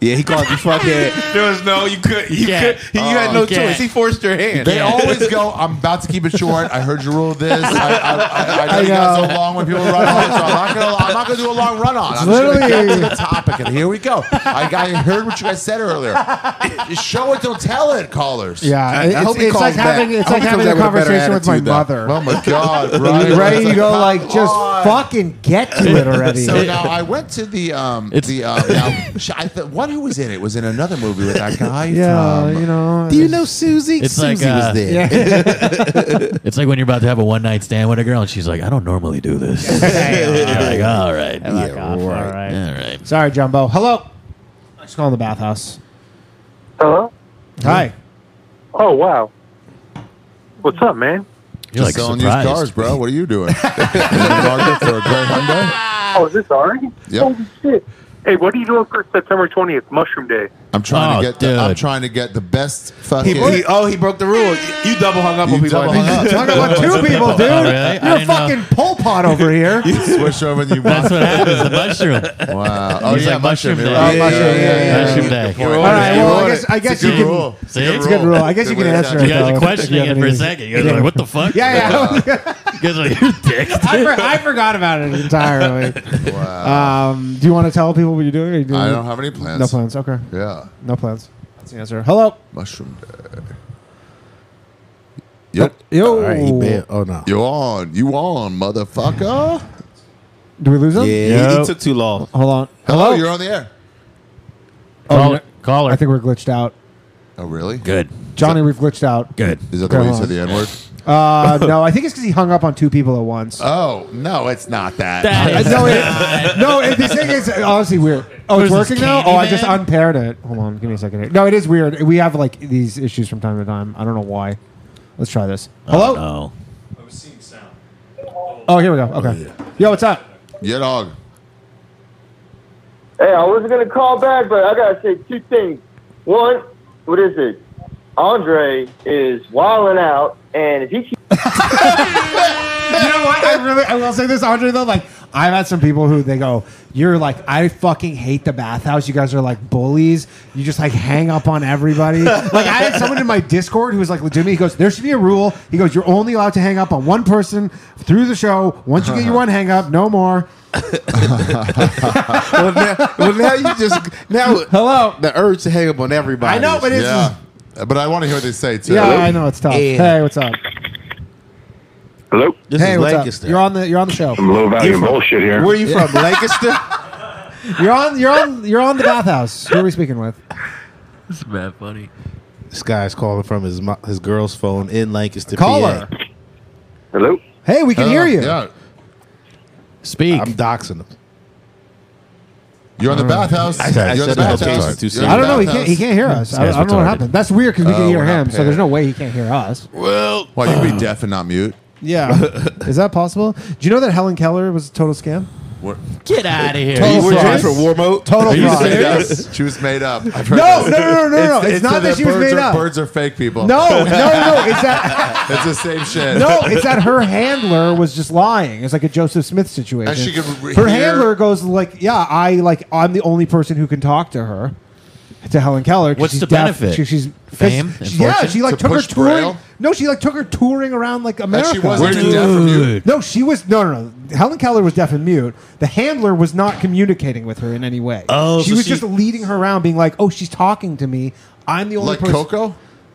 Yeah, he called you fucking. There was no, you could, you
Yeah.
could, you
Oh,
had no
You can't.
choice. He forced your hand.
They
Yeah.
always go, I'm about to keep it short. I heard you rule of this. I, I, I, I know you
know.
got so long when people run on, so I'm not gonna, I'm not gonna do a long run on. I'm just gonna
Literally.
get to the topic, and here we go. I, I heard what you guys said earlier. Just show it, don't tell it, callers.
Yeah,
I- I
it's-
hope he
it's
calls
like having-
back.
it's
I hope
like
he
having
comes
a
back with better
conversation with my
attitude,
mother.
though. Oh my god, right?
Right, you go
Come
like, just
on.
fucking get to it already.
So now I went to the um the um, now, sh- I th- what who was in it was in another movie with that guy.
yeah,
from, uh,
you know,
Do you know Susie?
It's
Susie
like, uh,
was there.
Yeah.
It's like when you're about to have a one night stand with a girl, and she's like, "I don't normally do this." You're like, all right,
Fuck off, all right.
all right.
Sorry, Jumbo. Hello. I just calling the bathhouse.
Hello?
Hi.
Oh wow. What's up, man?
You're
like
selling
surprised.
used cars, bro. What are you doing? Market for a great Hyundai?
Oh, is this Ari?
Yep.
Holy shit. Hey, what are you doing for September 20th, Mushroom Day?
I'm trying
Oh,
to get. The, I'm trying to get the best fucking.
He- he- oh, he broke the rule. You double hung up on people.
double
I think.
hung up.
Talking about two people, dude. You're a fucking Pol Pot over here.
you switch over and you.
That's what happens,
the mushroom.
Wow. Oh
He's
yeah,
like mushroom
You're
day.
right.
Yeah, yeah, yeah, yeah. Mushroom day.
Good point.
All
right, well, I
You
guess-
wrote it.
I guess
It's a
you
good
can-
rule.
See? It's a good rule. I guess you
Good
can
way to
answer
touch
it,
You guys
though,
are
if
questioning
you have
it for a
anything.
second. You guys are
Yeah.
like, what the fuck?
Yeah, yeah.
you guys are like, you're dick.
I, for, I forgot about it entirely.
Wow.
Um, do you want to tell people what you're doing? Or you doing
I don't have any plans.
No plans. Okay.
Yeah.
No plans. That's the answer. Hello.
Mushroom day. Yep.
Yo.
All right, he
bet.
Oh no. You on? You on, motherfucker?
Do we lose him?
Yeah. He- he took too long.
Hold on.
Hello, you're on the air.
Oh,
Caller-
no. I think we're glitched out.
Oh really?
Good.
Johnny, we've glitched out.
Good.
Is that the
Go
way you
on.
said the N word?
Uh, no, I think it's because he hung up on two people at once.
Oh no, it's not that.
Uh, no, it, no it, this thing is honestly weird. Oh, it's
What is this,
working now? Oh, I just
Candyman?
unpaired it. Hold on. Give me a second here. No, it is weird. We have like these issues from time to time. I don't know why. Let's try this. Hello?
Oh,
Oh, here we go. Okay. Yo, what's up?
Yeah, dog.
Hey, I was gonna call back, but I gotta say two things. One, what is it? Andre is wilding out, and if he keeps
you know what? I really, I will say this, Andre. Though, like, I've had some people who they go, "You're like, I fucking hate the bathhouse. You guys are like bullies. You just like hang up on everybody." like, I had someone in my Discord who was like, legitimately, he goes, "There should be a rule." He goes, "You're only allowed to hang up on one person through the show. Once you get
Uh-huh.
your one hang up, no more."
well, now, well, now you just now
hello
the urge to hang up on everybody.
I know, but it's-
yeah. But I want to hear what they say
uh,
too.
yeah, I know it's tough. Hey, what's up?
Hello.
This
hey,
is
what's
Lancaster.
up? You're on the you're on the show.
Some low value
You're from-
bullshit here.
Where are you from, Lancaster?
You're on you're on you're on the bathhouse. Who are we speaking with?
this is bad funny.
This guy's calling from his mo- his girl's phone in Lancaster.
Caller.
PA.
Hello.
Hey, we can hear you.
Speak.
I'm doxing him.
You're on the bathhouse.
I, I
You're
said
on the bathhouse.
location's too soon.
Uh,
Uh,
I don't know. He can't, he can't hear us.
This
I, I
guy's
don't know what
retarded.
happened. That's weird because we
Oh,
can hear
we're not
him, so
paired.
there's no way he can't hear us.
Well, uh, well, you can be deaf and not mute.
Yeah. Is that possible? Do you know that Helen Keller was a total scam?
What?
Get out of here.
Total
You were
fraud.
trying for warm out?
Total
Are you
fraud.
serious?
She was made up. I've
No, no, no, no, no, no. It's not
so
that she was
birds
made
are-
up.
Birds are fake people.
No, no, no. It's that
it's the same shit.
no, it's that her handler was just lying. It's like a Joseph Smith situation.
And she could re-
her
hear-
handler goes like, "Yeah, I like I'm the only person who can talk to her." To Helen Keller. 'cause
What's
she's
the
deaf-
benefit?
she- she's 'cause
Fame
she-
and
yeah,
fortune?
she like
To
took her
push
touring.
Braille?
No, she like took her touring around like America.
she wasn't Where deaf or mute.
No, she was no, no, no. Helen Keller was deaf and mute. The handler was not communicating with her in any way.
Oh,
she
so
was
she-
just leading her around, being like, "Oh, she's talking to me. I'm the only
Like
person."
Coco?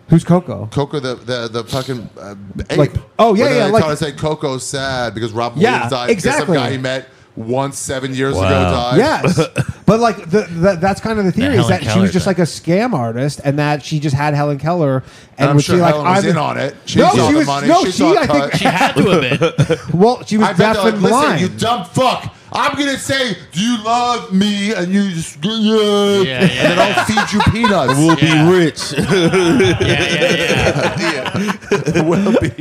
Who's Coco?
Coco, the the the fucking uh, ape.
Like- oh, yeah,
Where
yeah,
They
like-
taught us that Coco's sad because Rob
Yeah,
Williams died. because
exactly.
Some guy he met once seven years
Wow.
ago died.
Yes, but like the, the, that's kind of the theory is
Helen
that she
Keller
was just like a scam artist, and that she just had Helen Keller,
And
and
I'm
would
sure
be like,
Helen was
I'm
in
the-
on it. She
no,
saw
she
the
was
money.
no,
She
she,
saw
I think
cut. She had
to have been.
Well, she was
I bet
deaf
they're like,
and
listen,
blind.
you dumb fuck. I'm gonna say, do you love me? And you just yeah,
yeah.
and then I'll feed you peanuts.
We'll
Yeah.
be rich.
we'll be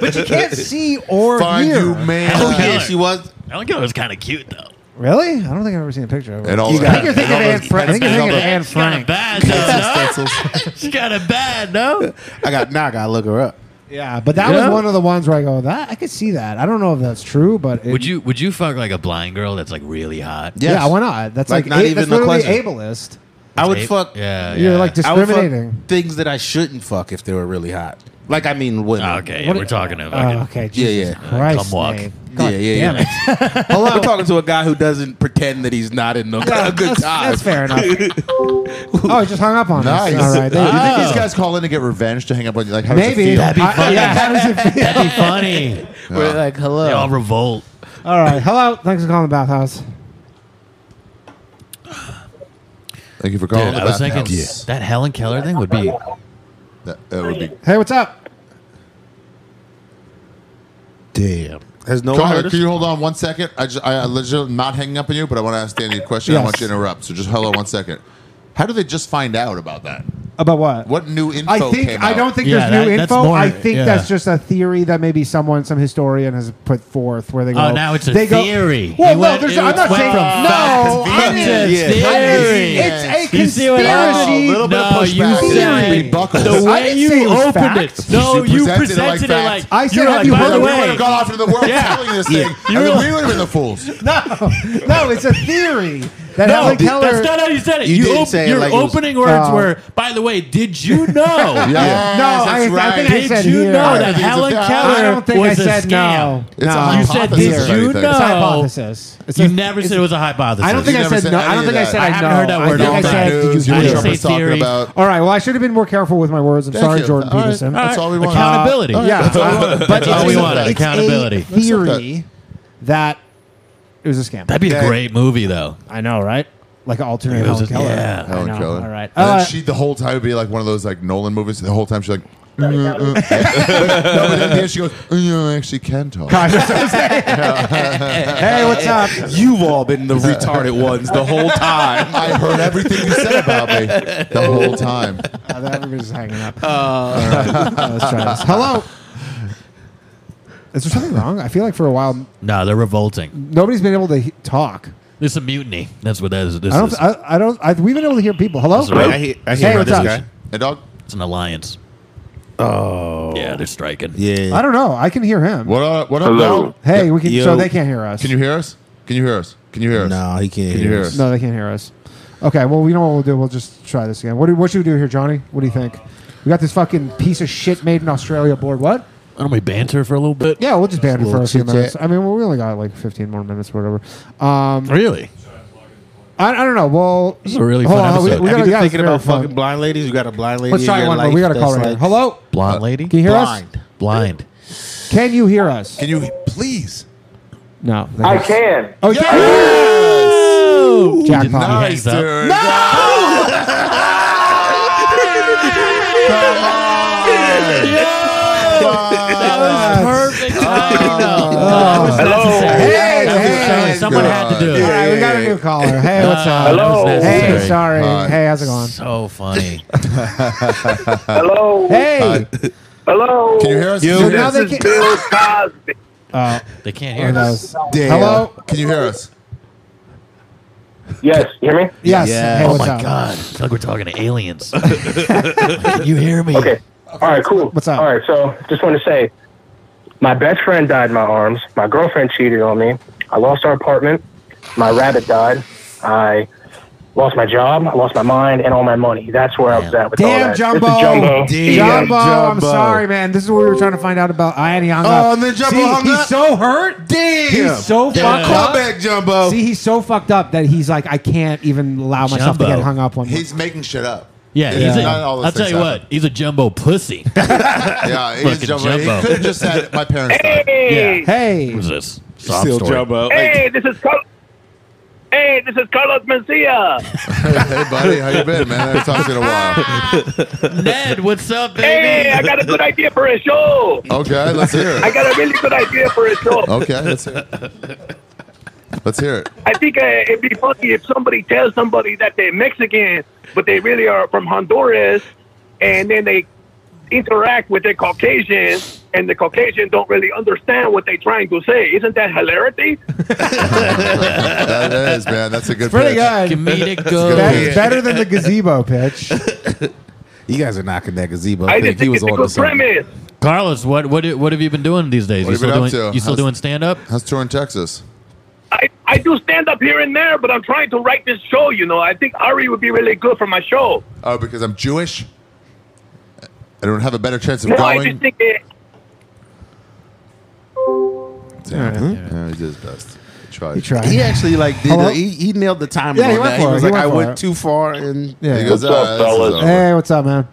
but you can't see or
Find
hear.
you man.
Helen Keller.
she was.
Helen Keller was kind of cute, though.
Really? I don't think I've ever seen a picture of her.
And all
You
that-
I think you're thinking of
and all
Anne
those-
Frank. I think you're
and all
thinking of
those-
Anne
She got a
Frank.
bad, though, no? She got a bad, no?
I got now. I gotta look her up.
Yeah, Uh, but that
Yeah.
was one of the ones where I go, that I could see that. I don't know if that's true, but it,
Would you would you fuck like a blind girl that's like really hot?
Yeah, why not? That's like,
Like, not
a-
even
that's
a
literally
question.
ableist.
I would
Ape-
fuck.
Yeah,
You're
yeah.
like
I would fuck
discriminating.
things that I shouldn't fuck if they were really hot. Like I mean, women.
Okay, yeah, we're talking
Oh,
about.
okay,
Yeah,
Jesus
yeah.
Christ,
Come walk.
Nate.
Yeah,
God
yeah,
damn
yeah. Hello. We're talking to a guy who doesn't pretend that he's not in the,
Yeah,
a good
that's-
time.
that's fair enough. Oh, he just hung up on
Nice.
us. All right,
Do
there
you
you go.
think these guys call in to get revenge to hang up on you? Like, how does it
maybe.
feel?
I- yeah, how does it feel?
That'd be funny.
We're like, hello.
They all revolt.
All right, hello. Thanks for calling the bathhouse.
Thank you for
Dude,
calling. the
I was thinking
bathhouse.
that Helen Keller thing would be.
That, that would be
Hey, what's up?
Damn. Has no one
Caller,
heard us?
can you hold on one second? I just, I, I legit am not hanging up on you, but I want to ask Danny a question. I
Yes.
want you to interrupt. So just hello one second. How do they just find out about that?
About what?
What new info?
I think
came
I
out?
don't think there's new info. I think that's just a theory that maybe someone, some historian, has put forth where they go.
Oh, now it's a
they go-
theory.
well,
It
no,
went-
there's.
it
I'm not
went
saying no.
from fact to
I mean,
theory.
I mean,
Theory.
It's a
You see what happened?
conspiracy.
A little bit of No, Oh, you pushback. said
theory.
it. Rebuckles. The
I
way
didn't
you
say it was
opened
fact.
it. No, You you presented it like presented it fact. like-
I
you
said,
were
have
like,
you
by
heard
the
of
way-
We would have gone off into the world
Yeah.
telling this
Yeah.
thing,
You
and
were-
then we would have been the fools.
No, no, it's a theory that
no,
Helen Keller.
that's not how you said it.
You
You,
did
op-
say it
your
like it was-
opening words
Oh.
were, by the way, did you know?
Yeah. Yeah. No, I- I think I
did
said
you
here. I
know
don't
that
think it's a
Helen
fact.
Keller
I don't think I
was
said
a scam?
no. It's a
you said,
hypothesis
did
or
you
anything.
know?
It's a hypothesis. It's
you
a-
never said
it's-
it was a hypothesis.
I don't think I said no. I don't think I said I,
I haven't
know.
heard that word
I think
all
I said
night.
did you
I
know?
didn't say theory.
All right. Well, I should have been more careful with my words. I'm
Thank
sorry,
you.
Jordan
All right.
Peterson.
All right. That's all we wanted. Accountability.
Uh, yeah,
That's all we wanted. That's all we
it's a-
wanted,
it's a
accountability.
theory that it was a scam.
That'd be a great movie, though.
I know, right? Like an alternate
It was
Helen
a-
Keller.
yeah.
I
Helen
know.
Keller.
All right.
And
Uh,
then she the whole time would be like one of those like Nolan movies. The whole time she's like. "Mm, mm." no, but then at the end she goes, oh, you actually can talk.
hey, what's up?
You've all been the retarded ones the whole time.
I heard everything you said about me the whole time.
uh, everybody's hanging up.
Uh,
Uh, let's try this. Hello. Is there something wrong? I feel like for a while
No, they're revolting.
nobody's been able to he- talk.
This is a mutiny. That's what that is. This
I don't.
is.
I, I don't. I, we've been able to hear people. Hello.
That's right. I hear- I hear
hey,
about
what's
this
up?
guy.
Hey, dog.
It's an alliance.
Oh.
Yeah, they're striking.
I don't know. I can hear him.
What up? What up?
Hello.
dog?
Hey, we can- so Yo. they can't hear us.
Can you hear us? Can you hear us? Can you hear us? No, he can't. Can you hear us?
No, they can't hear us. Okay, well, we know what we'll do. We'll just try this again. What, do, what should we do here, Johnny? What do you think? We got this fucking piece of shit made in Australia board. What?
Why don't we banter for a little bit?
Yeah, we'll just ban it for a few
chit-chat.
minutes. I mean, we only got like 15 more minutes or whatever. Um,
really?
I, I don't know. Well,
This is a really
hold
fun
on,
episode.
We, we gotta,
Have you been
yeah,
thinking
it's very
about
fun.
fucking blind ladies? You got a blind lady.
Let's
in
try
your
one more.
life
We got to call
that's
right
like-
now. Hello?
Blind lady?
Can you hear
Blind.
us?
Blind.
Can you hear us?
Can you please?
No.
I can.
Oh, you can. Jackpot.
Nice, dude.
Perfect. that was necessary.
Oh. Hey,
That was
hey,
necessary. Someone had to do it.
All right, we got a new caller. Hey, what's up?
Hello. That was necessary.
Hey, sorry.
Hi.
Hey, how's it going?
So funny.
Hello.
Hey.
Hello.
Can you hear us?
You. So now they
This is
can-
Bill Cosby.
Uh,
They can't
hear
us.
us.
Damn.
Hello?
Can you hear us?
Yes. You hear me?
Yes. Hey,
oh
what's
my
up?
god! It's like we're talking to aliens. Can you hear me?
Okay. All right, cool.
What's up?
All right, so just want to say my best friend died in my arms. My girlfriend cheated on me. I lost our apartment. My rabbit died. I lost my job. I lost my mind and all my money. That's where I was at with all
Damn,
that.
Jumbo.
This is Jumbo.
Jumbo, I'm sorry, man. This is what we were trying to find out about. I and he hung up.
Oh, and then Jumbo
See,
hung
he's
up?
so hurt.
Damn.
He's so fucked
Call
up.
back, Jumbo.
See, he's so fucked up that he's like, I can't even allow myself to
Jumbo.
get hung up on.
He's making shit up.
Yeah,
It
he's
is
a,
not all those
I'll tell
things
you
happen.
what, he's a jumbo pussy.
Yeah, he is
Fucking
Jumbo. He
Jumbo.
could have just said, my parents died.
Hey.
hey,
Who's this? Sob story.
Jumbo.
Hey, this is Carl. Hey, this is Carlos Mencia.
hey, buddy, how you been, man? I haven't talked to you in a while.
Ned, what's up, baby?
hey, I got a good idea for a show.
Okay, let's hear
I
it.
got a really good idea for a show.
Okay, let's hear it. Let's hear it.
I think uh, it'd be funny if somebody tells somebody that they're Mexican, but they really are from Honduras, and then they interact with the Caucasian, and the Caucasian don't really understand what they're trying to say. Isn't that hilarity?
That is, man. That's a good
pretty good.
pitch.
Comedic
That's
gold.
Yeah.
better than the gazebo pitch.
You guys are knocking that gazebo.
I
thing.
just think it's a good premise.
Carlos, what what what have you been doing these days?
What
you
have you been
still
up
doing
to?
you still
How's-
doing stand up?
How's touring Texas?
I, I do stand up here and there, but I'm trying to write this show, you know. I think Ari would be really good for my show.
Oh, because I'm Jewish? I don't have a better chance of
No, I just
going.
think uh, it,
Damn. Yeah, he did his best. He tried.
He tried.
He actually like did.
Hello?
the- he, he nailed the time.
Yeah,
on
he went
that.
for
he
it.
was
He
like,
went
I
for
went
it.
too far, and
Yeah.
He goes,
What's up,
"Ah, this is
fellas?"
over."
Hey, what's up, man?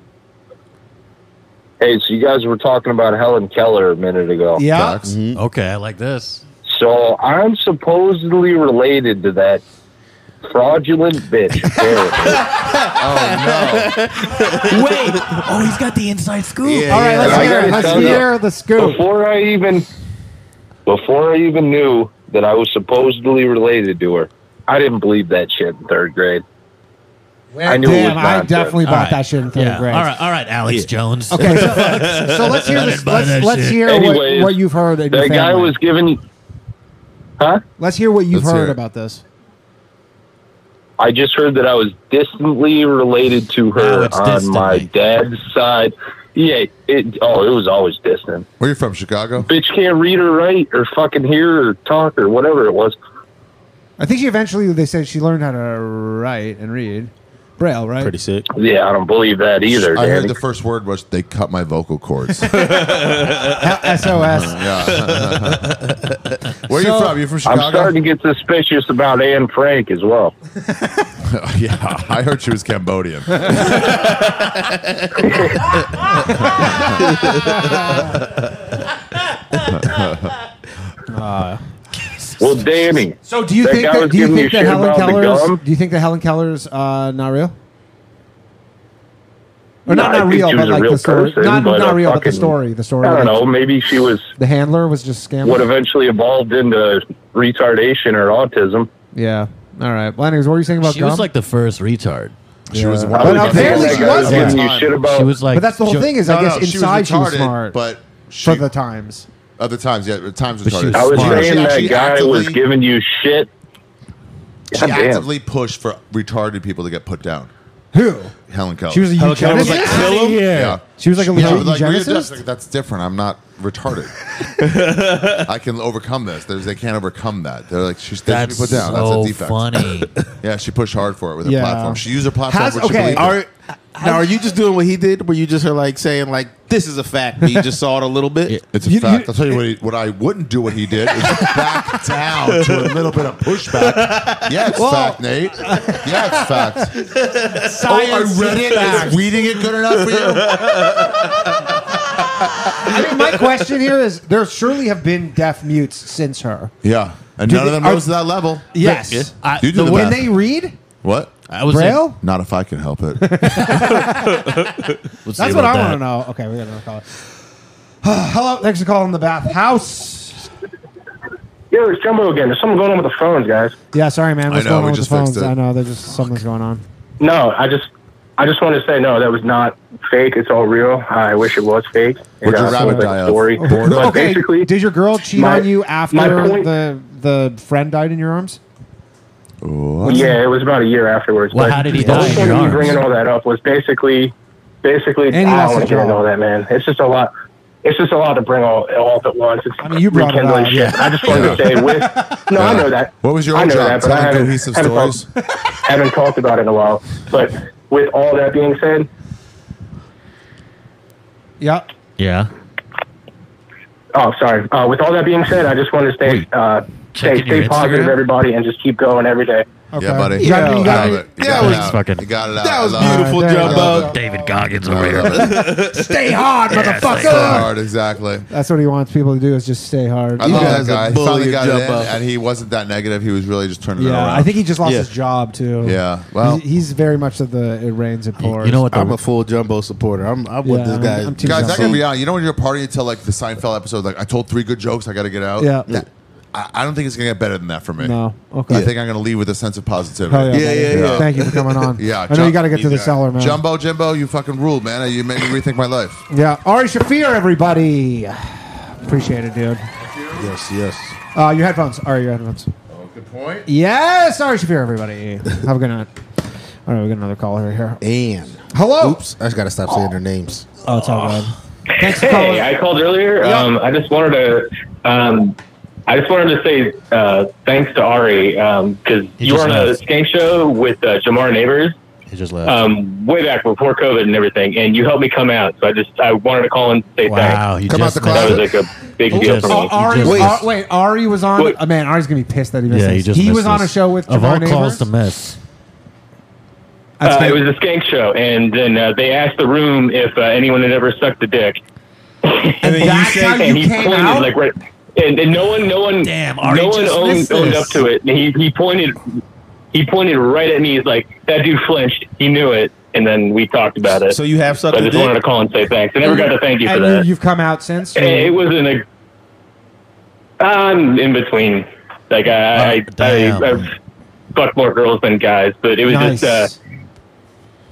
Hey, so you guys were talking about Helen Keller a minute ago.
Yeah.
Fox. Mm-hmm.
Okay, I like this.
So I'm supposedly related to that fraudulent bitch. apparently.
Oh,
Wait. Oh, he's got the inside scoop.
All right, let's
I
hear.
gotta
it. Let's
tell you.
hear the scoop.
before I even before I even knew that I was supposedly related to her, I didn't believe that shit in third grade.
I
knew it was
Damn, I
nonsense.
definitely
All
bought
right.
that shit in third
Yeah.
grade.
All right, all right, Alex Jones.
Okay, so, so let's hear
I
this.
didn't buy
Let's,
that
let's
shit.
hear
Anyways,
what, what you've heard. That
that guy was
giving.
Huh?
Let's hear what you've
Let's hear
heard
it.
about this.
I just heard that I was distantly related to her on my dad's side. Yeah, it, oh, it was always distant.
Where you from, Chicago?
Bitch can't read or write or fucking hear or talk or whatever it was.
I think she eventually they said she learned how to write and read braille, right?
Pretty sick.
Yeah, I don't believe that either.
I heard
Danny.
the first word was they cut my vocal cords. SOS. Oh, Where
So-
you from? You from Chicago?
I'm starting to get suspicious about Anne Frank as well.
yeah, I heard she was Cambodian.
well, Danny.
So do you think
guy
that,
was
do you
giving me
think that
shit
Helen
about the gum?
Keller's do you think that Helen Keller's uh, not real? Or
No,
not,
I
not
think
real,
she
but
was a
like
real
the story.
person,
not
but
not
a
real, but the
fucking-
story. The story.
I
like,
don't know. Maybe she was
The handler was just scamming.
what eventually evolved into retardation or autism.
Yeah. All right. Well, anyways, what were you saying about
She
gum?
was like the first retard.
She was Yeah. one
Uh, But
of the
apparently
best
she
guys
wasn't.
giving you shit about-
She was like.
But that's the whole
jo-
thing is, I guess,
she was
inside she was
retarded,
smart.
but she,
for the times.
Other times, yeah, the times
But she
retarded.
I was
She
saying that
actually
guy was
actively-
giving you shit.
She
Goddamn.
actively pushed for retarded people to get put down.
Who?
Helen Keller.
She was a
Helen Keller was like,
eugenicist?
kill him.
Yeah. She was like a
yeah,
legit
but like,
eugenicist?
readjust- like, That's different. I'm not retarded. I can overcome this. There's, they can't overcome that. They're like, she's they should be
That's
put down.
so
that's a defect.
funny.
yeah, she pushed hard for it with her
Yeah.
platform. She used her platform. which she believed in.
Are, now, are you just doing what he did? Were you just uh, like saying like this is a fact? but You just saw it a little bit.
It's a fact. I'll tell you what, he, what I wouldn't do what he did is back down to a little bit of pushback. Yeah, it's
Well-
fact, Nate. Yeah, it's fact.
Science
oh, I read it.
fact.
Is reading it good enough for you?
I mean, my question here is: there surely have been deaf mutes since her.
Yeah, and
Do
none
they-
of them
are-
rose to that level.
Yes.
Yeah.
I-
you
the
do the,
way-
math.
Can they read?
What? I
was Braille? in-
Not if I can help it.
That's what I want to
Oh,
know. Okay, we got another caller. Hello, thanks for calling the bathhouse.
Yo, it's Jumbo again. There's something going on with the phones, guys.
Yeah, sorry, man. What's
I know,
going
we
on with the
just fixed
phones?
it.
I know there's just something's going on.
No, I just, I just want to say no. That was not fake. It's all real. I wish it was fake.
What'd your
uh,
rabbit
sounds like
die
a
of?
story.
Boredom?
But
Okay,
basically,
Did your girl cheat
My-
on you
my
after
point-
the the friend died in your arms?
Yeah, it was about a year afterwards.
Well,
but
how did he
the
die
whole
in
point
your
of you
arms?
bringing all that up was basically, basically,
And he
I
lost
don't want
his
to get into
job.
all that, man. It's just a lot. It's just a lot to bring all, all up at once. It's I mean,
you brought it
rekindling
up.
shit. I just wanted to say with. No, I know that.
What was your
I
own
know
job?
That, but I
Telling
haven't,
cohesive
haven't talked- haven't talked about it in a while. But with all that being said,
Yeah.
Yeah.
Oh, sorry. Uh, with all that being said, I just want to stay uh, stay,
checking your
stay positive,
Instagram?
everybody, and just keep going every day.
Okay.
Yeah, buddy.
You got it, you got it.
Yeah,
Thanks, fucking-
You got it out.
That was
I love it.
beautiful,
I love
Jumbo.
it.
David Goggins
I
over
love it.
Stay hard,
Yeah,
motherfucker.
Stay hard, exactly.
That's what he wants people to do is just stay hard.
I
You
love
guys-
that guy. He
bully
finally got it in,
Jumbo.
and he wasn't that negative. He was really just turning it
Yeah,
around.
I think he just lost
Yeah.
his job too.
Yeah, well-
he's, he's very much of the it rains and pours.
You know what?
I'm a full jumbo supporter. I'm. I want
Yeah,
this
I'm-
guy.
I'm team
Guys, I
Jumbo.
gotta be honest. You know when you're partying until like the Seinfeld episode, like I told three good jokes, I gotta get out.
Yeah.
That- I, I don't think it's gonna get better than that for me.
No. Okay.
I think I'm gonna leave with a sense of positivity.
Hell yeah, Yeah, buddy. yeah, yeah. Thank you for coming on.
yeah.
I know you gotta get to the
got-
cellar, man.
Jumbo, Jimbo, you fucking ruled, man. You made me rethink my life.
Yeah, Ari Shafir, everybody. Appreciate it, dude.
Yes, yes.
Uh, your headphones. Ari, your headphones.
Oh, good point.
Yes, Ari Shafir, everybody. Have a good night. All right, we got another caller here.
Ann.
Hello.
Oops, I just gotta stop saying their names.
Oh, it's all good.
for calling.
hey, I called earlier. Um, I just wanted to, um, I just wanted to say uh, thanks to Ari because
He
you were
just
on a
left.
skank show with uh, Jamar Neighbors
He just left.
um, way back before COVID and everything, and you helped me come out. So I just I wanted to call and say
Wow,
thanks.
you Come out just the
that was
closet.
like a big deal for me.
Oh, Ari, Ar- wait, Ari was on. Oh, man, Ari's gonna be pissed that he missed.
Yeah, he
this.
just missed
was on a
this.
show with
of
Jamar
all calls
Neighbors.
to miss.
Uh, it was a skank show, and then uh, they asked the room if uh, anyone had ever sucked a dick. And,
that's how you
he
came
pointed
out?
like right, and, and no one, no one, Damn,
Ari
no one
just
owned,
missed
owned
this.
up to it. And he he pointed, he pointed right at me. He's like, that dude flinched. He knew it, and then we talked about it.
So you have
So I
sucked a
just
dick?
wanted to call and say thanks. I never got to thank you for
and
that.
You've come out since.
it, it wasn't a. I'm um, in between.
Oh,
Like I, I, I, I've fucked more girls than guys, but it was
Nice.
just. Uh,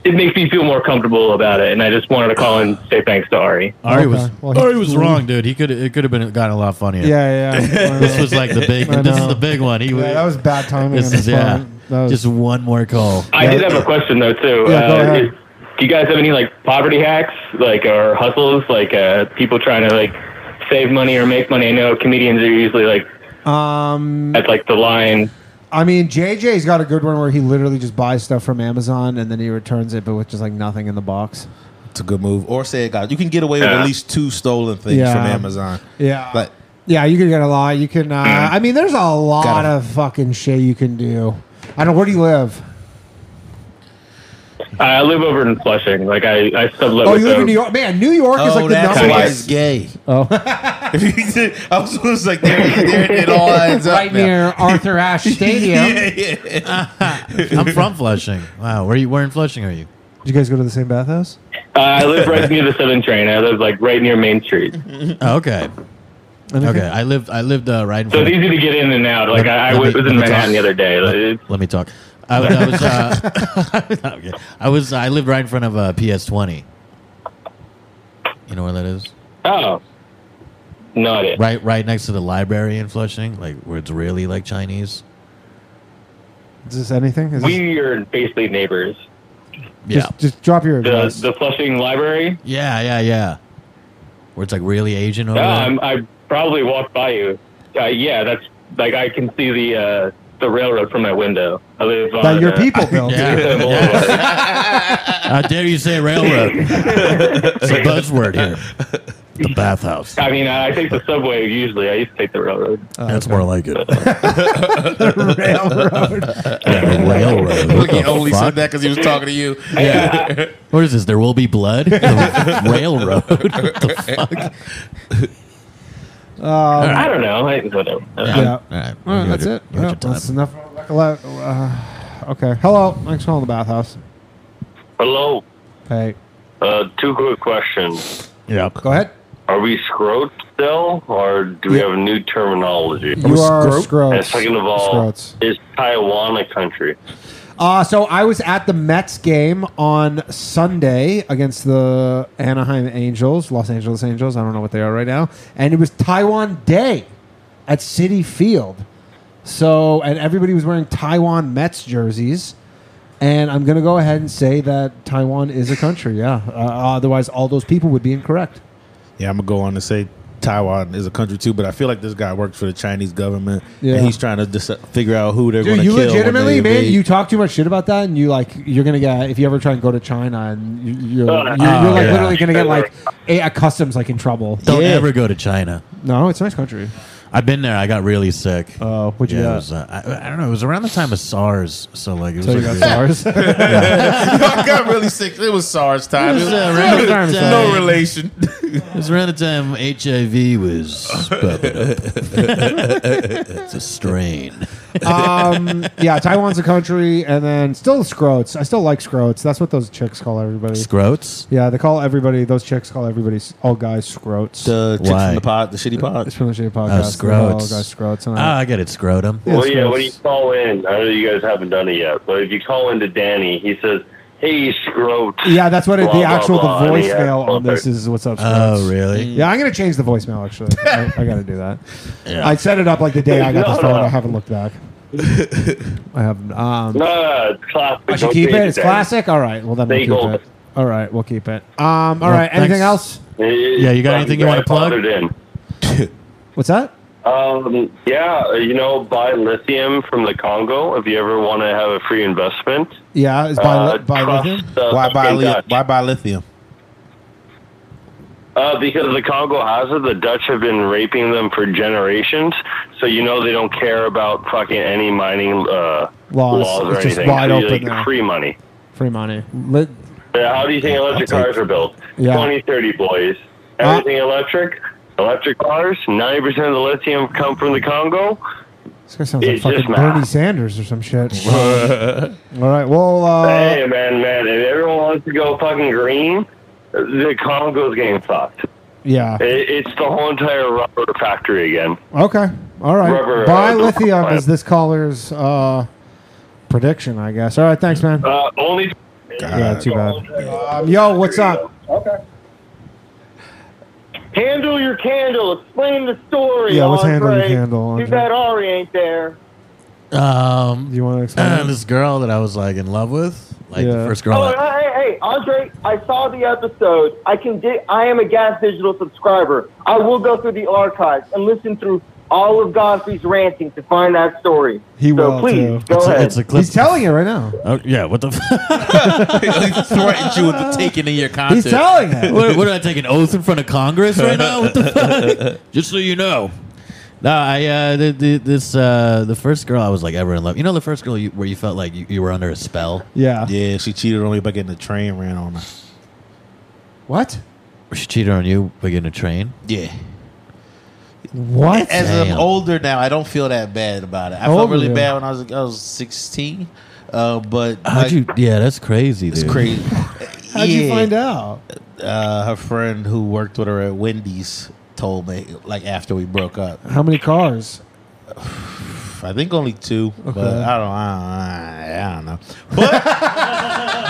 it makes me feel more comfortable about it, and I just wanted to call and say thanks to Ari.
Ari was
well, he-
Ari was wrong, dude. He could it could have been gotten a lot funnier.
Yeah, yeah.
this was like the big.
I
This is
know.
the big one. He
Yeah, that was bad timing
This
on his
is yeah.
part. That was-
Just one more call.
I did have a question though too.
Yeah, go
uh,
ahead.
is- do you guys have any like poverty hacks, like or hustles, like uh, people trying to like save money or make money? I know comedians are usually like
Um,
at like the line.
I mean, JJ's got a good one where he literally just buys stuff from Amazon and then he returns it, but with just like nothing in the box.
It's a good move. Or say it got you can get away with
Yeah.
at least two stolen things
Yeah.
from Amazon.
Yeah.
But
Yeah, you can get a lot. You can. Uh,
Mm.
I mean, there's a lot
Gotta-
of fucking shit you can do. I don't. Where do you live?
I live over in Flushing. Like I, I sublet.
oh,
with
you live
them.
in New York, man. New York is like the number one.
gay.
Oh.
I was just like there, there it all adds up.
Right near Arthur Ashe Stadium.
I'm from Flushing. Wow, where you? Where in Flushing are you?
Did you guys go to the same bathhouse?
Uh, I live right near the Southern Train. I live like right near Main Street.
Oh, okay. Okay, I lived. I lived uh, right. In
So
front
it's
of-
easy to get in and out. Like I, I
Let me-
was in
let me
Manhattan
talk.
the other day. Like, it's-
Let me talk. I, was- I was. Uh, okay. I was. I lived right in front of uh, a PS20. You know where that is?
Oh, not it.
Right, right next to the library in Flushing, like where it's really like Chinese.
Is this anything? Is this,
we are basically neighbors.
Yeah.
just, just drop your
The
address.
the Flushing Library.
Yeah, yeah, yeah. Where it's like really Asian over
Yeah,
there.
I'm, I probably walked by you. Uh, yeah, that's like I can see the uh, the railroad from my window. I live on
your
uh,
people built it.
Hudson Boulevard.
How dare you say railroad? it's a buzzword here. The bathhouse.
I mean, I take the subway usually. I used to take the railroad.
Uh,
That's more like it.
railroad.
Yeah, railroad. What
He
the
only
fuck?
said that because he was talking to you.
Yeah. What is this? There will be blood. The railroad. What the fuck?
Um,
I don't know. I, whatever.
Yeah.
All right.
All right, that's it. Yeah, that's enough. Uh, okay. Hello. Thanks for calling the bathhouse.
Hello.
Hey.
Uh, two quick questions.
Yeah.
Go ahead.
Are we scrotes still, or do we have new terminology?
You are Scrote? scrotes.
And second of all,
Scrotes.
is Taiwan a country?
Uh, so I was at the Mets game on Sunday against the Anaheim Angels, Los Angeles Angels. I don't know what they are right now. And it was Taiwan Day at City Field. So, and everybody was wearing Taiwan Mets jerseys. And I'm going to go ahead and say that Taiwan is a country. Yeah. Uh, otherwise, all those people would be incorrect.
Yeah, I'm gonna go on to say Taiwan is a country too, but I feel like this guy works for the Chinese government,
Yeah.
and he's trying to dis- figure out who they're going
Dude,
to
you
kill. when
legitimately,
they
man,
invade.
you talk too much shit about that, and you like, you're gonna get if you ever try and go to China, and you, you're, you're,
Uh,
you're like
yeah.
literally gonna get like a, at customs like in trouble.
Don't ever go to China.
No, it's a nice country.
I've been there. I got really sick.
Oh, what'd you
yeah,
get?
It was, uh, I, I don't know. It was around the time of SARS, so like it was
So you
like
got SARS?
I got really sick. It was SARS time.
It was, uh,
It was-
around the time-
no relation.
It was around the time HIV was popping up. it's a strain.
um, yeah, Taiwan's a country, and then still scrotes. I still like scrotes. That's what those chicks call everybody.
Scrotes?
Yeah, they call everybody. Those chicks call everybody all guys scrotes.
The chicks from the pod, the shitty pod.
It's from the shitty
Oh,
podcast. They call all
scrotes.
guys scrotes.
Oh,
and
Uh,
I-
I get it, scrotum.
well, yeah, when you call in, I know you guys haven't done it yet, but if you call into Danny, he says, "Hey, scrote."
Yeah, that's what it,
blah,
the actual
blah, blah,"
the
and he acts
voicemail on this is. What's up?
Oh,
Scrotes.
really?
Yeah, I'm gonna change the voicemail. Actually, I, I gotta do that.
Yeah.
I set it up like the day I got
No,
the phone.
no.
I haven't looked back. I haven't. Um,
No, no, no, it's classic.
I should
Don't
keep
change
it. It's
Danny.
classic. All right. Well, then
Stay
we'll keep
golden.
it. All right, we'll keep it. Um, all right. Anything else?
thanks. Yeah,
you got anything you wanna plug?
In.
What's that?
Um, yeah, you know, buy lithium from the Congo if you ever want to have a free investment.
Yeah, it's by,
Uh,
by
trust
lithium.
the
why buy
fucking
li-
Dutch.
why buy lithium?
Uh, because the Congo has it, the Dutch have been raping them for generations. So you know they don't care about fucking any mining uh,
Laws.
laws or
It's just
anything.
wide
It's
open
like
now.
free money.
Free money. Lit-
Yeah, how do you think electric cars are built?
Yeah. Uh,
Twenty thirty boys. Everything electric. Electric cars. Ninety percent of the lithium come from the Congo.
this guy sounds like
It's just
fucking
math.
Bernie Sanders or some shit. all right. Well, uh,
hey man, man, if everyone wants to go fucking green, the Congo's getting fucked.
yeah.
It, it's the whole entire rubber factory again.
Okay. All right.
Rubber,
Buy
uh,
lithium
plant.
oh,
is this caller's uh, prediction, I guess. All right. Thanks, man.
Uh, only
Yeah, too bad. Um, yo, what's up?
Okay. Handle your candle. Explain the story.
Yeah, let's
Andre.
handle your candle,
Too
Andre.
bad Ari ain't there.
Um,
you want to
explain this girl that I was like in love with, like the first girl.
Oh,
I-
hey, hey, hey, Andre! I saw the episode. I can di- I am a Gas Digital subscriber. I will go through the archives and listen through all of Godfrey's ranting to find that story.
He
so
will
please
too.
go ahead.
He's telling it right now.
Oh, yeah, what the?
He threatened you with taking in your content.
telling it.
What, what did I take an oath in front of Congress right now? What the fuck? Just so you know. No, I uh, the, the, this uh, the first girl I was like ever in love. You know, the first girl you, where you felt like you, you were under a spell.
Yeah.
Yeah, she cheated on me by getting a train ran on her.
What?
She cheated on you by getting a train.
Yeah.
What?
As I'm
Damn.
older now, I don't feel that bad about it. I felt
Older.
really bad when I was I was 16, uh, but
How'd
like,
you? Yeah, that's crazy.
it's
dude.
crazy.
How'd you
Yeah.
find out?
Uh, her friend who worked with her at Wendy's told me like after we broke up.
How many cars?
I think only two,
Okay.
but I don't, I don't, I don't know. But,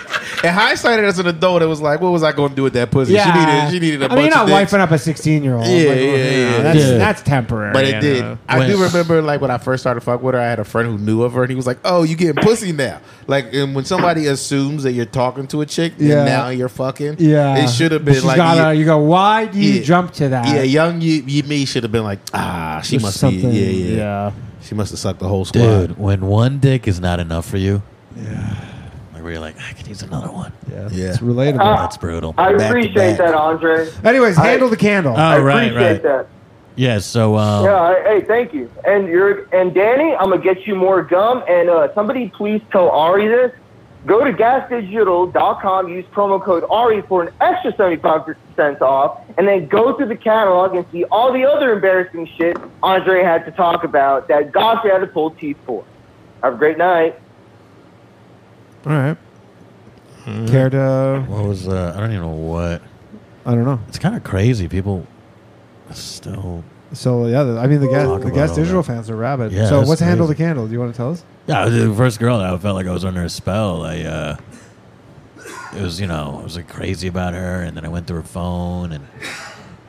but in hindsight, as an adult, it was like, what was I going to do with that pussy? She needed, she needed a
I
bunch
mean, you're not
of dicks.
wifing up a 16 year old.
Yeah, yeah, yeah.
oh, That's,
yeah.
that's temporary.
But it
you
did.
know.
I do remember, like when I first started fuck with her, I had a friend who knew of her, and he was like, "Oh, you getting pussy now?" Like, and when somebody assumes that you're talking to a chick,
Yeah.
and now you're fucking.
Yeah.
it should have
But
been
she's
like,
gotta-
you-
you go, why do you
Yeah.
jump to that?
yeah, young you, you me should have been like, ah, she
There's
must be,
something-
yeah, yeah,
yeah.
She must have sucked the whole squad.
Dude, when one dick is not enough for you, yeah, like where you're like, I could use another one.
Yeah,
yeah.
it's relatable.
That's brutal.
Uh, I
Back to
appreciate
back.
that, Andre.
Anyways,
I-
handle the candle.
Oh,
I
right,
appreciate
right.
that.
Yeah. So, um,
yeah, I, hey, thank you. And you're and Danny, I'm gonna get you more gum. And uh, somebody please tell Ari this. Go to gasdigital.com, use promo code Ari for an extra 75% off, and then go through the catalog and see all the other embarrassing shit Andre had to talk about that Godfrey had to pull teeth for. Have a great night.
All right.
Mm-hmm.
Care to?
What was? Uh, I don't even know what.
I don't know.
It's kind of crazy. People still.
So yeah, the- I mean the
Talk
guest, the
about
guest
all that.
digital fans are rabid.
Yeah,
so
that's
what's handle the
crazy.
candle? Do you want to tell us?
Yeah, the first girl that I felt like I was under a spell. I, uh, it was you know I was like crazy about her, and then I went through her phone and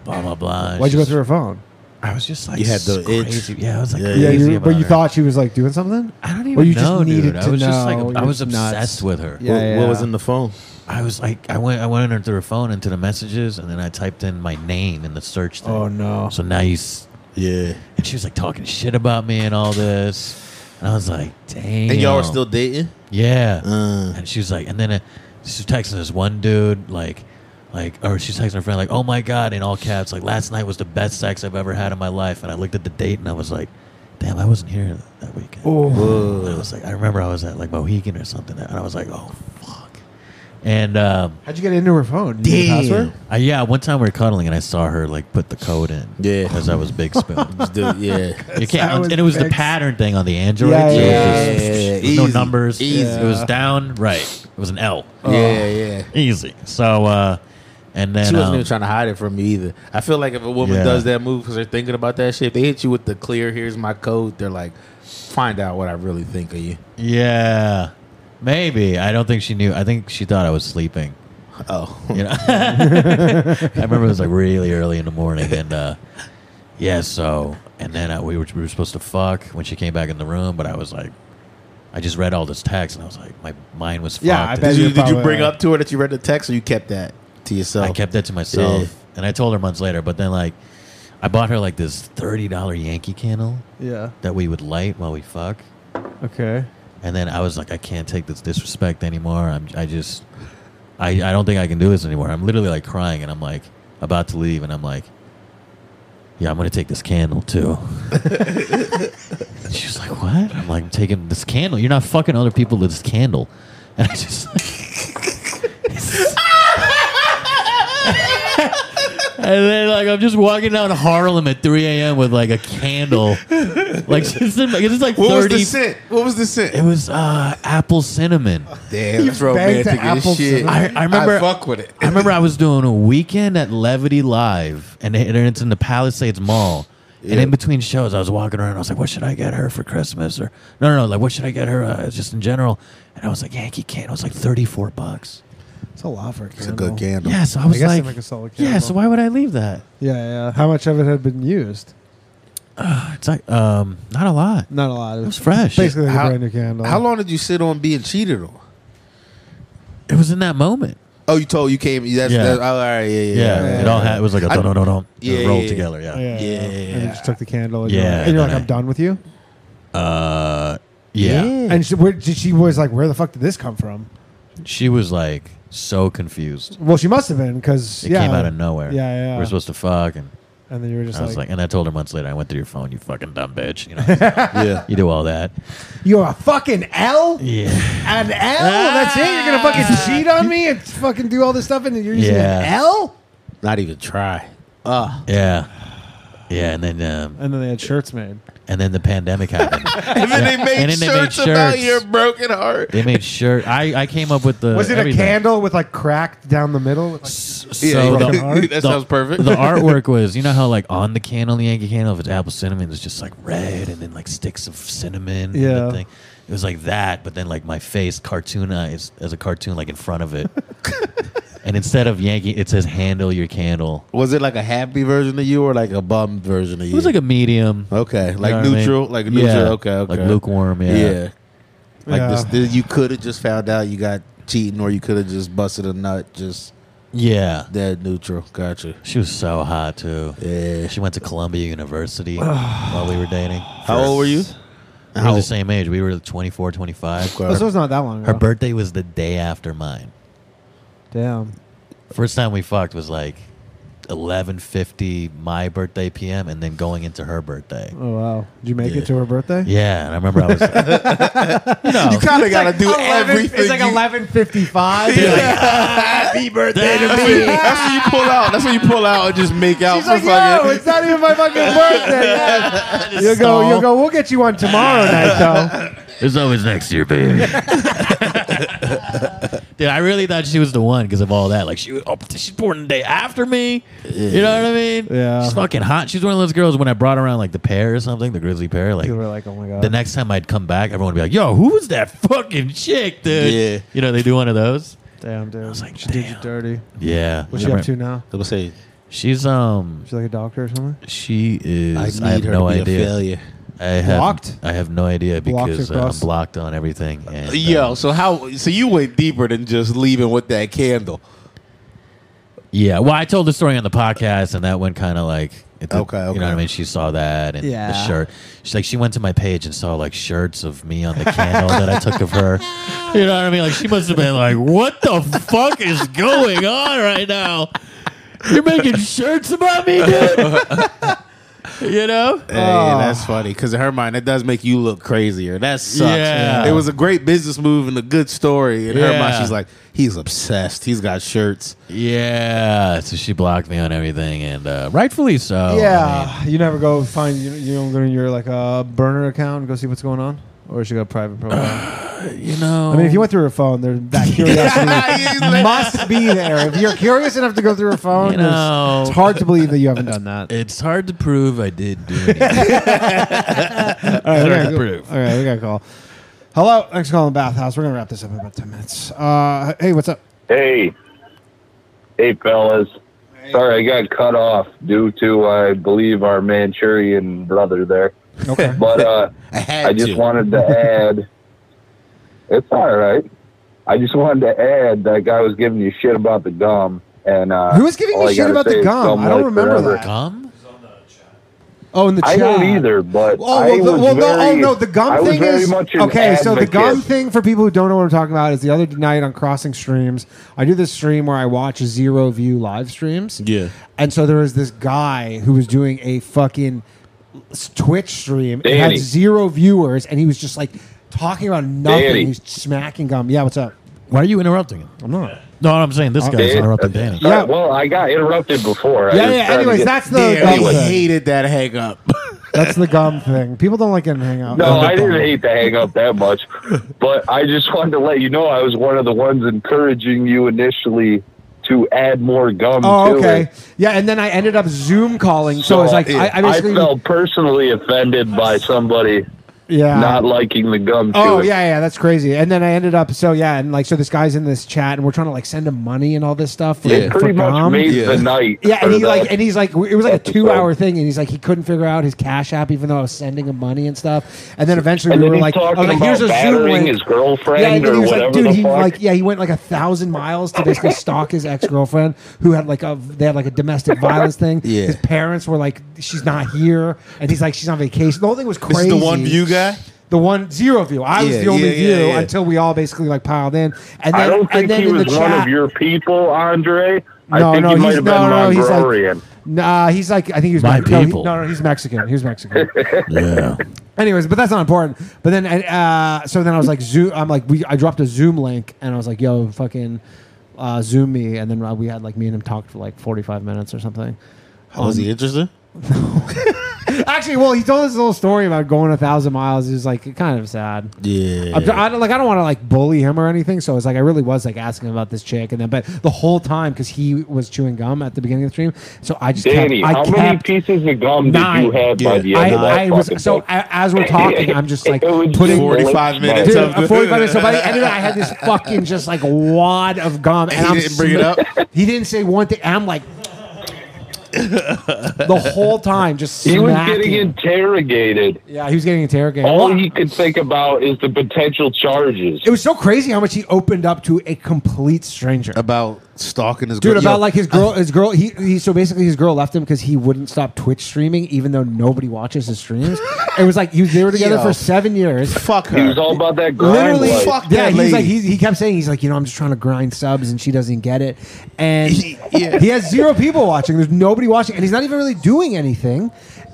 blah blah blah. and
Why'd you go
she's-
through her phone?
I was just like
You had the itch.
crazy. Yeah, I was like
Yeah,
crazy
you,
about
but you
her.
thought she was like doing something. I
don't even
Or you
know,
just needed
dude.
to
I was
know.
just like
You're
I was
just nuts.
obsessed with her.
Yeah, yeah.
the phone?
I was like I went I went into her phone into the messages and then I typed in my name in the search thing.
Oh, no.
So now you s-
Yeah,
and she was like talking shit about me and all this. And I was like, "Damn."
and y'all were still dating.
Yeah. And she was like, and then uh, she was texting this one dude, like, like, or she's texting her friend, like, oh my God, in all caps, like, last night was the best sex I've ever had in my life. And I looked at the date and I was like, damn, I wasn't here that weekend.
Oh.
I was like, I remember I was at like Mohegan or something. And I was like, oh, fuck. And, um,
How'd you get into her phone? You need a password?
I, yeah, one time we were cuddling and I saw her like put the code in. Yeah. Because I was Big Spoon.
Dude, yeah,
You
That
can't,
was
and it was the
big.
pattern thing on the Android.
Yeah,
so it was
yeah,
just-
yeah, yeah,
there was no
Easy.
numbers.
Easy.
It was down, right. It was an L.
Yeah, yeah.
Easy. So, uh, and then
She wasn't
um,
even trying to hide it from me either. I feel like if a woman
Yeah.
does that move because they're thinking about that shit, if they hit you with the clear, here's my code, they're like, find out what I really think of you.
yeah, maybe. I don't think she knew. I think she thought I was sleeping.
Oh.
You know, I remember it was like really early in the morning, and uh, yeah. So, and then I, we, were, we were supposed to fuck when she came back in the room, but I was like, I just read all this text, and I was like, my mind was fucked.
Yeah, I bet
Did you, did you
probably
bring
are.
up to her that you read the text or you kept that to yourself?
I kept that to myself,
Yeah.
and I told her months later. But then, like, I bought her like this thirty dollar Yankee candle
Yeah.
that we would light while we fuck,
Okay.
and then I was like, I can't take this disrespect anymore. I'm, I just, I, I don't think I can do this anymore. I'm literally like crying, and I'm like about to leave, and I'm like, yeah, I'm gonna take this candle too. and she was like, what? I'm like, I'm taking this candle. You're not fucking other people with this candle, and I just. And then, like, I'm just walking down Harlem at 3 a.m. with like a candle, like just in, it's like
What was
30.
the scent? What was the scent?
It was uh, apple cinnamon.
Damn, that's
banged
romantic
the apple
as shit.
cinnamon.
I, I remember.
I fuck with it.
I remember I was doing a weekend at Levity Live, and, it- and it's in the Palisades Mall. And in between shows, I was walking around. I was like, "What should I get her for Christmas?" Or no, no, no like what should I get her? Uh, just in general. And I was like, "Yankee Candle." It was like thirty-four bucks.
It's a lot for a
It's a
candle.
good candle. Yeah, so I was
guess they
like,
make a solid
yeah,
candle.
so why would I leave that?
Yeah, yeah. How much of it had been used?
It's like um, not a lot.
Not a lot. It
was fresh.
Basically, like a brand new candle.
How long did you sit on being cheated on?
It was in that moment.
Oh, you told you came. That's,
Yeah.
that's oh, all right. Yeah, yeah.
Yeah, it all had- it was like a
I-
dun-dun-dun-dun.
Yeah,
It rolled
yeah,
together, yeah.
Yeah.
Yeah.
And you just took the candle. And You're
Yeah,
like, and you're
then
like, I'm done with you.
Uh, yeah.
And she, where, did- she was like, where the fuck did this come from?
She was like so confused.
Well, she must have been because
It
yeah,
came out of nowhere.
Yeah, yeah.
We are supposed to fuck, and
And then you were just
I was
like-
like, and I told her months later, I went through your phone, you fucking dumb bitch. You know, yeah, you do all that.
You're a fucking L.
Yeah,
An L. Oh, Ah. That's it. You're gonna fucking cheat on me and fucking do all this stuff, and you're using an
Yeah.
L.
not even try. Uh. yeah, yeah, and then um,
And then they had shirts made.
and then the pandemic happened.
And then they
Yeah.
made
And then they made
shirts about
shirts.
your broken heart.
They made sure I, I came up with the
was it
everything.
a candle with like cracked down the middle? With, like,
So
broken
the-
heart?
the- The artwork was, you know how like on the candle, the Yankee candle, if it's apple cinnamon, it's just like red and then like sticks of cinnamon. and
Yeah.
that thing. It was like that, but then like my face cartoonized as a cartoon, like in front of it. and instead of Yankee, it says handle your candle.
Was it like a happy version of you or like a bummed version of you?
It was like a medium.
Okay,
You
like
know what I mean?
neutral, like neutral.
Yeah,
Okay, okay,
Like lukewarm, yeah.
yeah. Like
Yeah.
this, this- you could have just found out you got cheating, or you could have just busted a nut. Just
Yeah.
dead neutral. Gotcha.
She was so hot too. Yeah. She went to Columbia University while we were dating.
How old were you?
We
How
were the
old?
same age. We were 24, 25.
Oh, so it's not that long
Her
ago.
birthday was the day after mine.
Damn.
First time we fucked was like 11:50 my birthday p.m. and then going into her birthday.
Oh wow! Did you make
Yeah.
it to her birthday?
Yeah, and I remember I was you, know,
You kinda
it's
gotta
like
do
11
everything
It's like
you-
11:55.
Yeah.
You're like,
Happy
birthday to
That's
me.
when, that's when you pull out. That's when you pull out and just make out
She's
for
like,
fucking.
yo, it's not even my fucking birthday. Yeah. You'll go, you'll go. We'll get you one tomorrow night, though.
It's always next year, baby. Dude, I really thought she was the one because of all that. Like she was, oh, she's born the day after me. You know what I mean? Yeah. She's fucking hot. She's one of those girls when I brought around like the pear or something, the grizzly pear. Like,
You were like, oh my god.
the next time I'd come back, everyone would be like, "Yo, who was that fucking chick, dude?"
Yeah.
You know, they do one of those.
Damn, dude. I was
like,
she did you dirty.
Yeah.
What's she up to now?
Let's say she's um
She's like a doctor or something.
she is.
I
I,
need
have
her
no
to be a
idea.
failure.
I have,
Blocked?
I have no idea
Blocked
because uh, I'm
across-
blocked on everything. And, uh,
Yo, so how? So you went deeper than just leaving with that candle.
yeah. Well, I told the story on the podcast, and that went kind of like. it did-
Okay,
You
okay.
know what I mean? She saw that and the
Yeah.
shirt. She's like, she went to my page and saw like shirts of me on the candle that I took of her. You know what I mean? Like, she must have been like, what the fuck is going on right now? You're making shirts about me, dude? you know?
Hey,
Oh.
that's funny because in her mind, that does make you look crazier. That sucks.
Yeah.
It was a great business move and a good story. In her
Yeah.
mind, she's like, he's obsessed. He's got shirts.
Yeah, so she blocked me on everything, and uh, rightfully so.
yeah, you never go find you. You don't go to your like uh, burner account and go see what's going on, or she got a private profile.
Uh, you know,
I mean, if you went through her phone, there that curiosity must be there. If you're curious enough to go through her phone,
You
there's-
know.
it's hard to believe that you haven't done that.
It's hard to prove I did do anything.
All right, we
Hard
gotta
to
go-
prove.
All right, we got to call. Hello, thanks for calling Bathhouse. We're gonna wrap this up in about ten minutes. Uh, hey, what's up?
Hey, hey, fellas. Sorry, I got cut off due to, I believe, our Manchurian brother there.
Okay.
But uh,
I,
just
to.
wanted to add. It's all right. I just wanted to add that guy was giving you shit about the gum, and uh,
Who was giving
all
you
I
shit
gotta
about
say
the
is
gum?
gum
I don't
life
remember
forever.
that.
Gum?
Oh, in the
I
chat.
don't either, but
Oh,
I
well, the,
was
well no,
very,
oh no, the
I
gum
was
thing
very
is
much an
okay. So the gum
advocate.
thing for people who don't know what I'm talking about is the other night on Crossing Streams, I do this stream where I watch zero view live streams.
Yeah.
and so there was this guy who was doing a fucking Twitch stream. It had
Danny.
zero viewers, and he was just like talking about nothing.
Danny.
He was smacking gum. Yeah, what's up?
Why are you interrupting him?
I'm not.
No, I'm saying this
Uh,
guy's
yeah.
interrupting Danny.
Yeah. Well, I got interrupted before. I
Yeah,
was
yeah,
trying to
anyways,
get-
that's the- Damn, that's he the-
hated that hang up.
That's the gum thing. People don't like getting hang out.
Oh,
No, I didn't hate the hang up that much, but I just wanted to let you know I was one of the ones encouraging you initially
to add more gum
Oh,
to
okay.
it.
Yeah, and then I ended up Zoom calling, so, it's like I, I basically
felt personally offended by somebody
Yeah.
not liking the gum to
Oh
it.
yeah, yeah, that's crazy. And then I ended up so yeah, and like so this guy's in this chat, and we're trying to like send him money and all this stuff. For,
It
for
pretty much
Dom.
made the night.
Yeah, and
for
he like,
that.
and he's like, it was like a two-hour thing, and he's like, he couldn't figure out his Cash App, even though I was sending him money and stuff. And then eventually
And
we
then
were
he's
like, I was
talking
like, here's a
about
Zoom
battering
link.
his girlfriend
yeah, and then
or
he was like,
whatever
dude,
the
he
fuck.
like, yeah, he went like a thousand miles to basically stalk his ex-girlfriend, who had like a, they had like a domestic violence thing.
Yeah.
his parents were like, she's not here, and he's like, she's on vacation. The whole thing was
This
crazy.
is the one view guy?
The one zero view. I was
Yeah,
the only
yeah, yeah,
view
yeah.
until we all basically like piled in, and then
I don't
and
think
then
he
in
was
the
one
chat,
of your people, Andre.
No,
I think
no,
he might
he's-
have
no,
been
no, he's like-
Mongolian.
Nah, he's like I think he was
My
Mex- no, he-
people.
No, no, he's Mexican. He was Mexican. yeah. Anyways, but that's not important. But then, uh, so then I was like, Zoom. I'm like, we. I dropped a Zoom link, and I was like, yo, fucking, uh, Zoom me. And then uh, we had like me and him talked for like 45 minutes or something.
was
Oh,
Um,
he interested?
Actually, well, he told us a little story about going a thousand miles. He was like kind of sad.
Yeah.
I'm, tr- I don't, like I don't want to like bully him or anything, so it's like I really was like asking about this chick, and then but the whole time because he was chewing gum at the beginning of the stream, so I just
Danny,
kept, I
how
kept
many pieces of gum did you
nine.
have by the end
I,
of that
I was
fucking
so
thing?
a- as we're talking, I'm just like
It was
putting
45 minutes
Dude,
of-
uh, 45 minutes. So by the end of it, I had this fucking just like wad of gum, and
He
I'm
didn't bring it up?
He didn't say one thing. And I'm like the whole time just
He was
smacking.
getting interrogated.
Yeah, he was getting interrogated.
All
Well,
he could think about is the potential charges.
It was so crazy how much he opened up to a complete stranger
about stalking his
dude
girl.
about
Yo,
like his girl. His girl. He, he so basically his girl left him because he wouldn't stop Twitch streaming, even though nobody watches his streams. it was like he, they were together
Yo.
for seven years. Fuck
He was all about that grind.
Literally,
life.
yeah. He's like he's, he kept saying he's like you know I'm just trying to grind subs and she doesn't get it, and he has zero people watching. There's nobody watching, and he's not even really doing anything.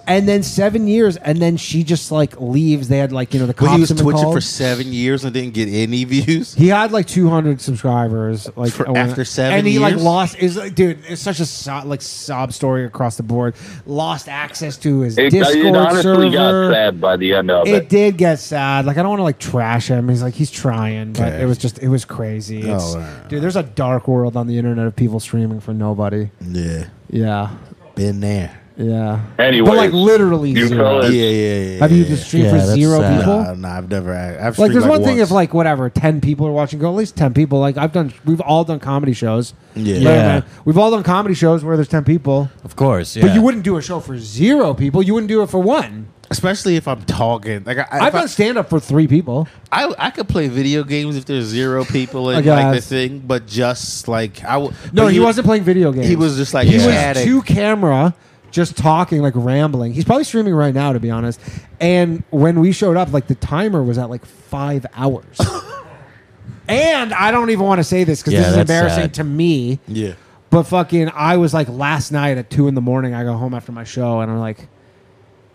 And then seven years, and then she just like leaves. They had like you know the cops.
But he was
have been
twitching
called.
for seven years and didn't get any views.
He had like 200 subscribers, like
For
I wanna-
after seven
and he like
years?
lost. Is like, dude, it's such a so, like sob story across the board. Lost access to his
It,
Discord
it honestly
server.
got sad by the end of
it
it.
did get sad. Like I don't want to like trash him. He's like he's trying, but
Okay. Oh,
it was just it was crazy. It's-
all right.
Dude, there's a dark world on the internet of people streaming for nobody.
Yeah.
Yeah,
Been there.
Yeah.
Anyway,
but like literally
you
zero.
fellas- Yeah, yeah, yeah,
Have you
yeah,
just
yeah.
streamed
Yeah,
for
that's
zero
sad.
people?
Nah, nah, I've never- I- I've
like,
streamed,
there's
like,
one thing
once.
if like whatever, ten people are watching. Go at least ten people. Like I've done, we've all done comedy shows.
Yeah.
Right,
Yeah.
man? we've all done comedy shows where there's ten people.
Of course, yeah.
But you wouldn't do a show for zero people. You wouldn't do it for one.
Especially if I'm talking. Like I, I-
I've
if I-
done stand up for three people.
I I could play video games if there's zero people
I
in like the
guess.
thing, but just like I w-
No,
but
he, wasn't playing video games.
He was just like
he was
chatting.
to camera, just talking, like rambling. He's probably streaming right now, to be honest. And when we showed up, like the timer was at like five hours. and I don't even want to say this because
Yeah,
this is
that's
embarrassing
sad.
to me.
Yeah.
But fucking, I was like last night at two in the morning. I go home after my show, and I'm like,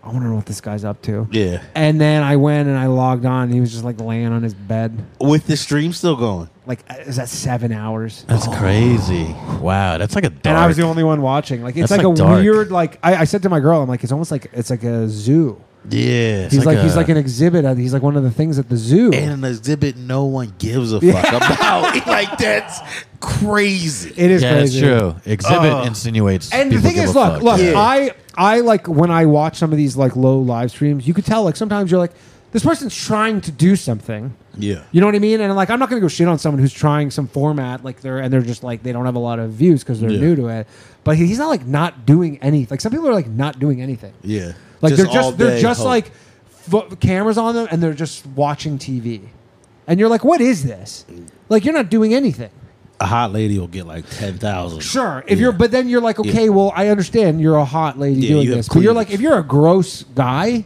I want to know what this guy's up to.
Yeah.
And then I went and I logged on. And he was just like laying on his bed.
With the stream still going.
Like, uh, is that seven hours? Oh,
That's crazy. Wow, that's like a dark.
And I was the only one watching. Like it's
That's,
like,
like,
a
dark.
weird like I, I said to my girl, I'm like, it's almost like it's like a zoo.
Yeah, it's
He's like,
like
he's
a-
like an exhibit at he's like one of the things at the zoo.
and an exhibit no one gives a fuck
Yeah.
about. like that's crazy.
It is
yeah,
crazy.
that's true. Exhibit
Oh.
insinuates.
and the
people
thing
give
is,
a
look,
fuck.
look,
Yeah.
I I like when I watch some of these like low live streams, you could tell like sometimes you're like, this person's trying to do something.
Yeah.
You know what I mean? And like, I'm not gonna go shit on someone who's trying some format like they're and they're just like they don't have a lot of views because they're
Yeah.
new to it. But he- he's not like not doing anything. Like some people are like not doing anything.
Yeah.
Like they're
all
just they're
day
just
hope.
like fo- cameras on them and they're just watching TV. And you're like, what is this? Like you're not doing anything.
a hot lady will get like ten thousand.
Sure, if you're, but then you're like, okay, well, I understand you're a hot lady
Yeah,
doing
you have
this, but you're like, if you're a gross guy,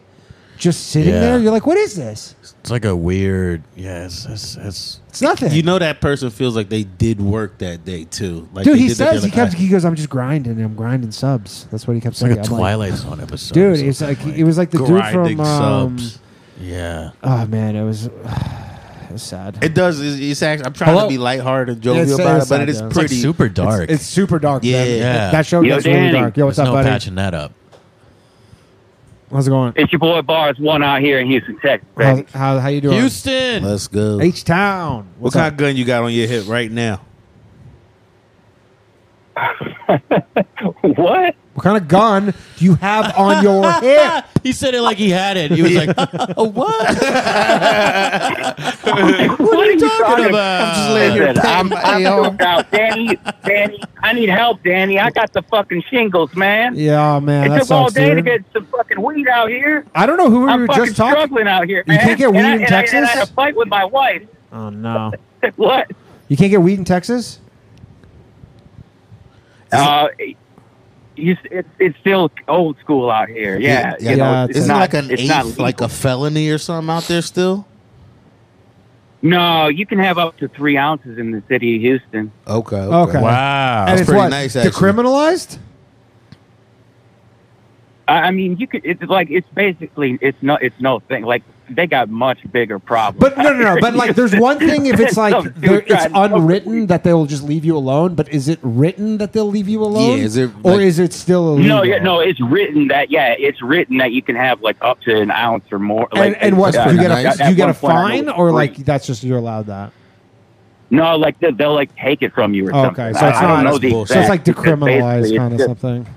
just sitting
Yeah.
there, you're like, what is this?
It's like a weird. Yeah, it's, it's, it's,
It's nothing.
You know that person feels like they did work that day too. Like
Dude,
they
he
did that,
says
they're
he
like,
kept he goes, I'm just grinding, I'm grinding subs. That's what he kept
like
saying.
a
I'm
Twilight Zone episode or
Dude, it was like,
something,
it was like the dude
grinding
from um,
subs.
yeah.
Oh man, it was it was sad.
It does. It's, it's actually. I'm trying
Hello?
to be lighthearted and
Yeah,
jovial
it's-
about
it's
it, but
not
it is
down. It's, like,
pretty
super dark.
It's, super dark.
Yeah,
man.
yeah.
That show
Yo,
gets really
Danny.
dark. Yo, what's
There's
up,
no
buddy?
patching that up.
How's it going?
It's your boy Bars One out here in Houston, Texas.
How, how, how you doing?
Houston.
Let's go.
H Town.
What kind of gun you got on your hip right now?
what? What kind of gun do you have on your hip?
He said it like he had it. He was like,
What are you
talking about?
I'm just laying
here
I'm,
patting my
I'm
arm.
knocked out. Danny, Danny, I need help, Danny. I got the fucking shingles, man.
Yeah, oh, man,
it
that
took all
sucks,
day to
dude.
get some fucking weed out here.
I don't know who we
I'm
were
fucking
just talking.
struggling out here,
You
man.
can't get
And
weed
I-
in
and I- and I had
Texas?
a fight with my wife.
Oh no,
what?
you can't get weed in Texas.
Uh, you, it's it's still old school out here. Yeah, you know, it's,
Isn't it
not
like an
it's
eighth,
not legal.
like a felony or something out there still?
no, you can have up to three ounces in the city of Houston.
Okay.
Okay.
Wow.
And
That's
it's
pretty
what
nice, actually.
decriminalized.
I, I mean, you could. It's like it's basically it's no it's no thing. Like they got much bigger problems.
But no, no, no. But like, there's one thing if it's like there, it's unwritten that they will just leave you alone. But is it written that they'll leave you alone?
Yeah, is it,
or
like-
is it still illegal?
No, yeah, no, it's written that yeah, it's written that you can have like up to an ounce or more.
And,
Like,
and what
yeah,
do you get
at-
a
at
you get
one
a
point I
fine
know
or
it's
like that's just you're allowed that? Oh,
No, like they- they'll like take it from you or something.
Okay, so it's
I
not.
don't know the
so it's
exact-
like
just basically
decriminalized
it's
kind of
just-
something.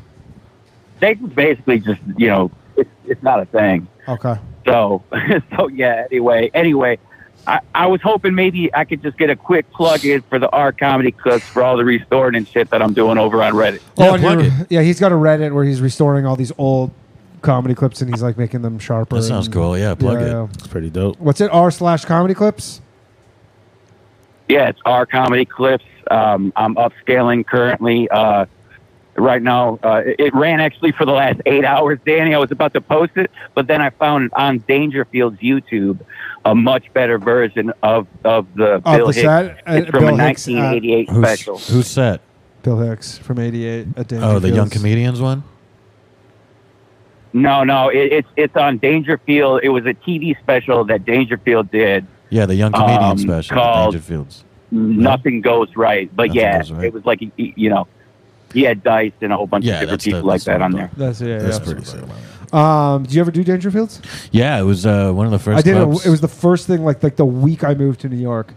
They just basically just you know it's, it's not a thing.
Okay.
So so yeah. Anyway, anyway, I, I was hoping maybe I could just get a quick plug in for the R comedy clips for all the restoring and shit that I'm doing over on Reddit.
Oh, and you're- yeah, he's got a Reddit where he's restoring all these old comedy clips and he's like making them sharper.
That sounds
and-
cool. Yeah, plug
yeah.
it. It's pretty dope.
What's it? R slash comedy clips.
Yeah, it's our comedy clips. Um, I'm upscaling currently. Uh, right now, uh, it, it ran actually for the last eight hours, Danny. I was about to post it, but then I found on Dangerfield's YouTube a much better version of, of the
Of
Bill
the
Hicks.
set? Uh,
It's from
Bill
a
Hicks, uh,
1988
who's-
special.
Who's set?
Bill Hicks from '88 at
Oh, the young
Dangerfield's.
comedians one.
No, no, it, it's it's on Dangerfield. It was a TV special that Dangerfield did.
Yeah, the young comedian
um,
special.
called
Dangerfields.
Nothing Goes Right. But
Nothing
yeah,
Goes Right.
it was like he- he- you know, he had Dice and a whole bunch
Yeah,
of different
that's the-
people like
that's
that
what
on
I'm
there.
That's yeah.
That's
yeah.
pretty sick.
Um, do you ever do Dangerfields?
Yeah, it was uh, one of the first.
I did.
clubs.
It, it was the first thing, like like the week I moved to New York.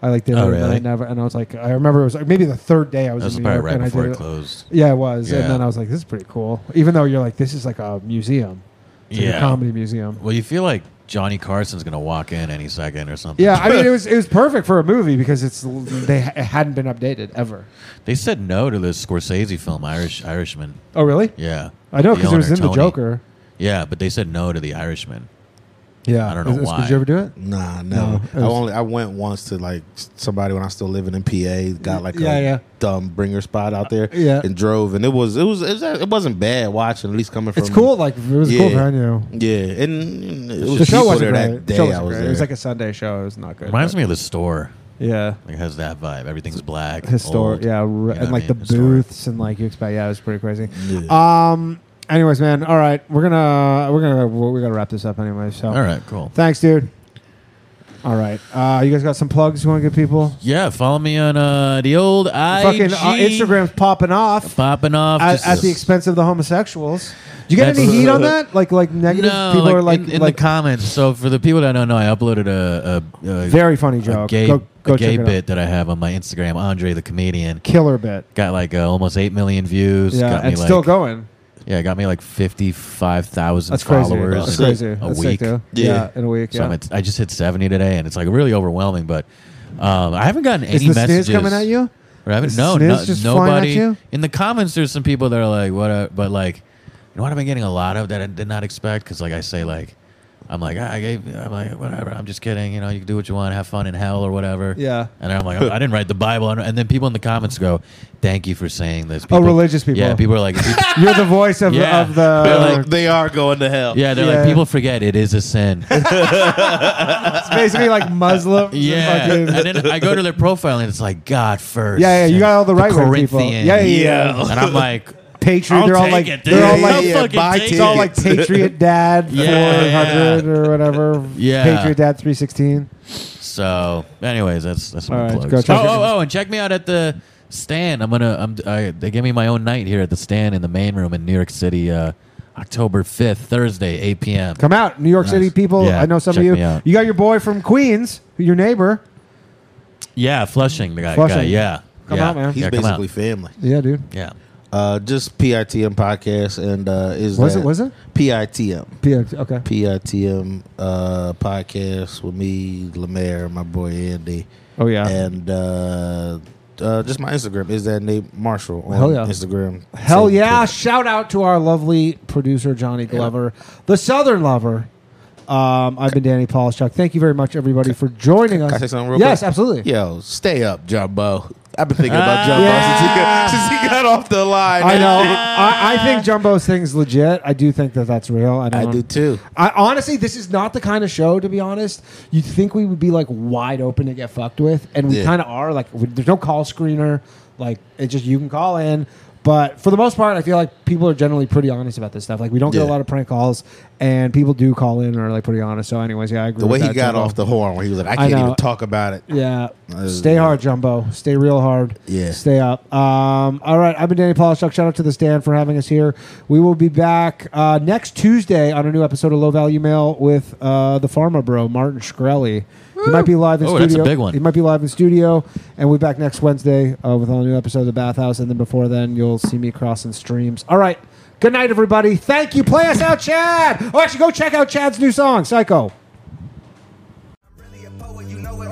I like did
Oh,
it, and I
really?
never. And I was like, I remember it was like maybe the third day I was
That was
in New
probably
York,
right
and
before
I
it
did
closed.
Yeah, it was.
Yeah.
And then I was like, this is pretty cool. Even though you're like, this is like a museum, It's like a comedy museum.
Well, you feel like Johnny Carson's gonna walk in any second or something.
Yeah, I mean, it was it was perfect for a movie because it's they it hadn't been updated ever.
They said no to the Scorsese film Irish Irishman.
Oh, really?
Yeah,
I know,
The
'cause it was
owner,
in The Joker.
Yeah, but they said no to the Irishman.
Yeah.
I don't know
Is- is-
why.
Did you ever do it?
Nah,
No,
no. I
it was-
only I went once to like s- somebody when I still living in PA got like
Yeah,
a
yeah.
dumb bringer spot out there.
Yeah.
and drove and it was it was it, was, it wasn't bad watching at least coming from.
It's cool. Like it was a cool venue.
Yeah, and it was
the show
people
wasn't
there
great.
that day.
The show wasn't
I was
great.
there.
It was like a Sunday show. It was not good.
Reminds
but-
me of the store.
Yeah,
like it has that vibe. Everything's black,
historic,
old,
yeah,
you know
r
what I
and like
mean?
the booths and like you expect. Yeah, it was pretty crazy. Um. Anyways, man. All right, we're gonna we're gonna we gotta wrap this up anyway. So.
All right, cool.
Thanks, dude. All right. Uh, you guys got some plugs you want to give people?
Yeah, follow me on uh, the old IG.
Fucking uh, Instagram's popping off.
popping off
At,
just-
at the expense of the homosexuals. Do you get any
That's-
heat on that? Like, like negative
No,
people
like,
are like,
in, in
like
the comments. So for the people that don't know, I uploaded a, a, a
Very funny
a
joke.
gay,
Go- go
a gay
check it out.
bit that I have on my Instagram, Andre the comedian.
killer bit.
Got like uh, almost eight million views.
Yeah,
got
and
me
still
like-
going.
Yeah, it got me like fifty-five thousand
That's crazy.
followers.
That's
in
crazy.
A
That's sick,
week.
dude. Yeah, Yeah. in a week,
So I'm
yeah.
at- I just hit seventy today, and it's like really overwhelming. But um, I haven't gotten
Is
any
the
messages
sneeze coming at you?
Or I haven't,
Is the
no,
sneeze
no-
just flying at
nobody.
you?
In the comments, there's some people that are like, "What?" Up? But like, you know what? I've been getting a lot of that I did not expect because, like, I say like. I'm like I gave. I'm like whatever. I'm just kidding. You know, you can do what you want, have fun in hell or whatever.
Yeah.
And I'm like, I didn't write the Bible. And then people in the comments go, "Thank you for saying this."
Oh, religious people.
Yeah, people are like,
You're the voice of,
Yeah.
of the.
They're like,
they are going to hell.
Yeah, they're
Yeah.
like people forget it is a sin.
it's basically like Muslims. and
yeah,
fucking-
and then I go to their profile and it's like God first.
Yeah, yeah, you got all the
and
right-wing people.
Corinthians.
Yeah, yeah, yeah.
And I'm like,
Patriot.
I'll
they're all
take
like
it, dude.
they're all
I'll
like
fucking
buy
take
It's all
it.
like Patriot Dad
Yeah,
400 or whatever.
Yeah.
Patriot Dad 316.
so. Anyways, that's that's
All
my
right,
plugs.
go
Oh,
check it out.
oh, oh, and check me out at the stand. I'm gonna. I'm. I, they gave me my own night here at the stand in the main room in New York City, uh, October 5th, Thursday, 8 p.m.
Come out, New York
Nice.
City people.
Yeah,
I know some
check
of you.
me out.
You got your boy from Queens, your neighbor.
Yeah, Flushing, the guy.
Flushing.
guy, yeah.
Come
yeah.
out, man.
He's
Yeah, come
basically
out.
family.
Yeah, dude.
Yeah.
Uh, just PITM podcast and uh, is
Was it-
that-
was it?
PITM?
PIT okay.
PITM uh, podcast with me, Lemaire, my boy Andy.
Oh yeah,
and uh, uh, just my Instagram is that Nate Marshall on
Hell yeah.
Instagram.
Hell yeah. Shout out to our lovely producer, Johnny Glover, the Southern Lover. Um, I've been Danny Polishchuk. Thank you very much, everybody, for joining us.
Can I say something real
yes,
quick?
absolutely. Ah,
Yo, stay up, Jumbo. I've been thinking about Jumbo
Uh, Yeah.
since, he got, since he got off the line.
I know. I, I think Jumbo's thing's legit. I do think that that's real. I, don't,
I do too.
I honestly, this is not the kind of show. To be honest, you'd think we would be like wide open to get fucked with, and we
Yeah.
kind of are. Like, we, there's no call screener. Like, it just you can call in. But for the most part, I feel like people are generally pretty honest about this stuff. Like, we don't get a
Yeah.
lot of prank calls, and people do call in and are like pretty honest. So, anyways, yeah, I agree.
The
with
way he
that,
got
Jumbo.
off the horn, where he was like, "I
I
can't
know.
even talk about it."
Yeah.
Uh,
Stay hard, Jumbo. Stay real hard.
Yeah.
Stay up. Um, all right. I've been Danny Polishuk. Shout out to the stand for having us here. We will be back uh, next Tuesday on a new episode of Low Value Mail with uh, the Pharma Bro, Martin Shkreli. He might be live in
Oh,
studio.
that's a big one.
He might be live in studio, and we'll be back next Wednesday uh, with a new episode of the Bathhouse. And then before then, you'll see me crossing streams. All right. Good night, everybody. Thank you. Play us out, Chad. Oh, actually, go check out Chad's new song, Psycho.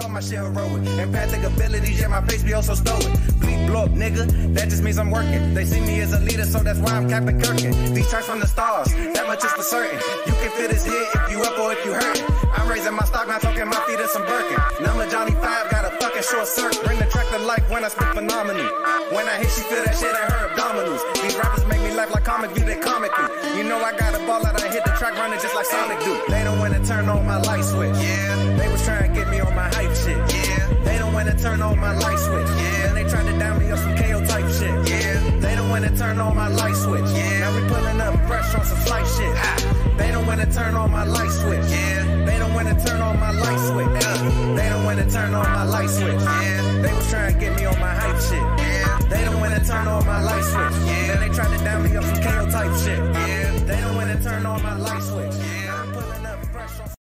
all my shit heroic. Empathic abilities, yeah, my face be also stoic. Bleep, blow up, nigga, that just means I'm working. They see me as a leader, so that's why I'm Captain Kirkin. These tracks from the stars, that much is for certain. You can feel this hit if you up or if you hurt. I'm raising my stock, not talking my feet to some Birkin. Number Johnny 5, got a fucking short circuit. Bring the track to life when I spit phenomenon. When I hit, she feel that shit in her abdominals. These rappers make me laugh like comic view, they comic through. You know I got a ball out, I hit the track running just like Sonic do. They don't wanna turn on my light switch. Yeah. They was trying to get me on my hype shit. Yeah. They don't wanna turn on my light switch. Yeah. Then they tried to down me on some KO type shit. Yeah. They don't wanna turn on my light switch. Yeah. Now we pulling up pressure on some flight shit. Ah. They don't wanna turn on my light switch. Yeah. They don't wanna turn on my light switch. Uh. They don't wanna turn on my light switch. Yeah. They was trying to get me on my hype shit. Yeah. They don't wanna turn on my light switch. Yeah. Then they tried to down me on some KO type shit. Yeah. They don't wanna turn on my light switch. Yeah. I'm pulling up pressure on some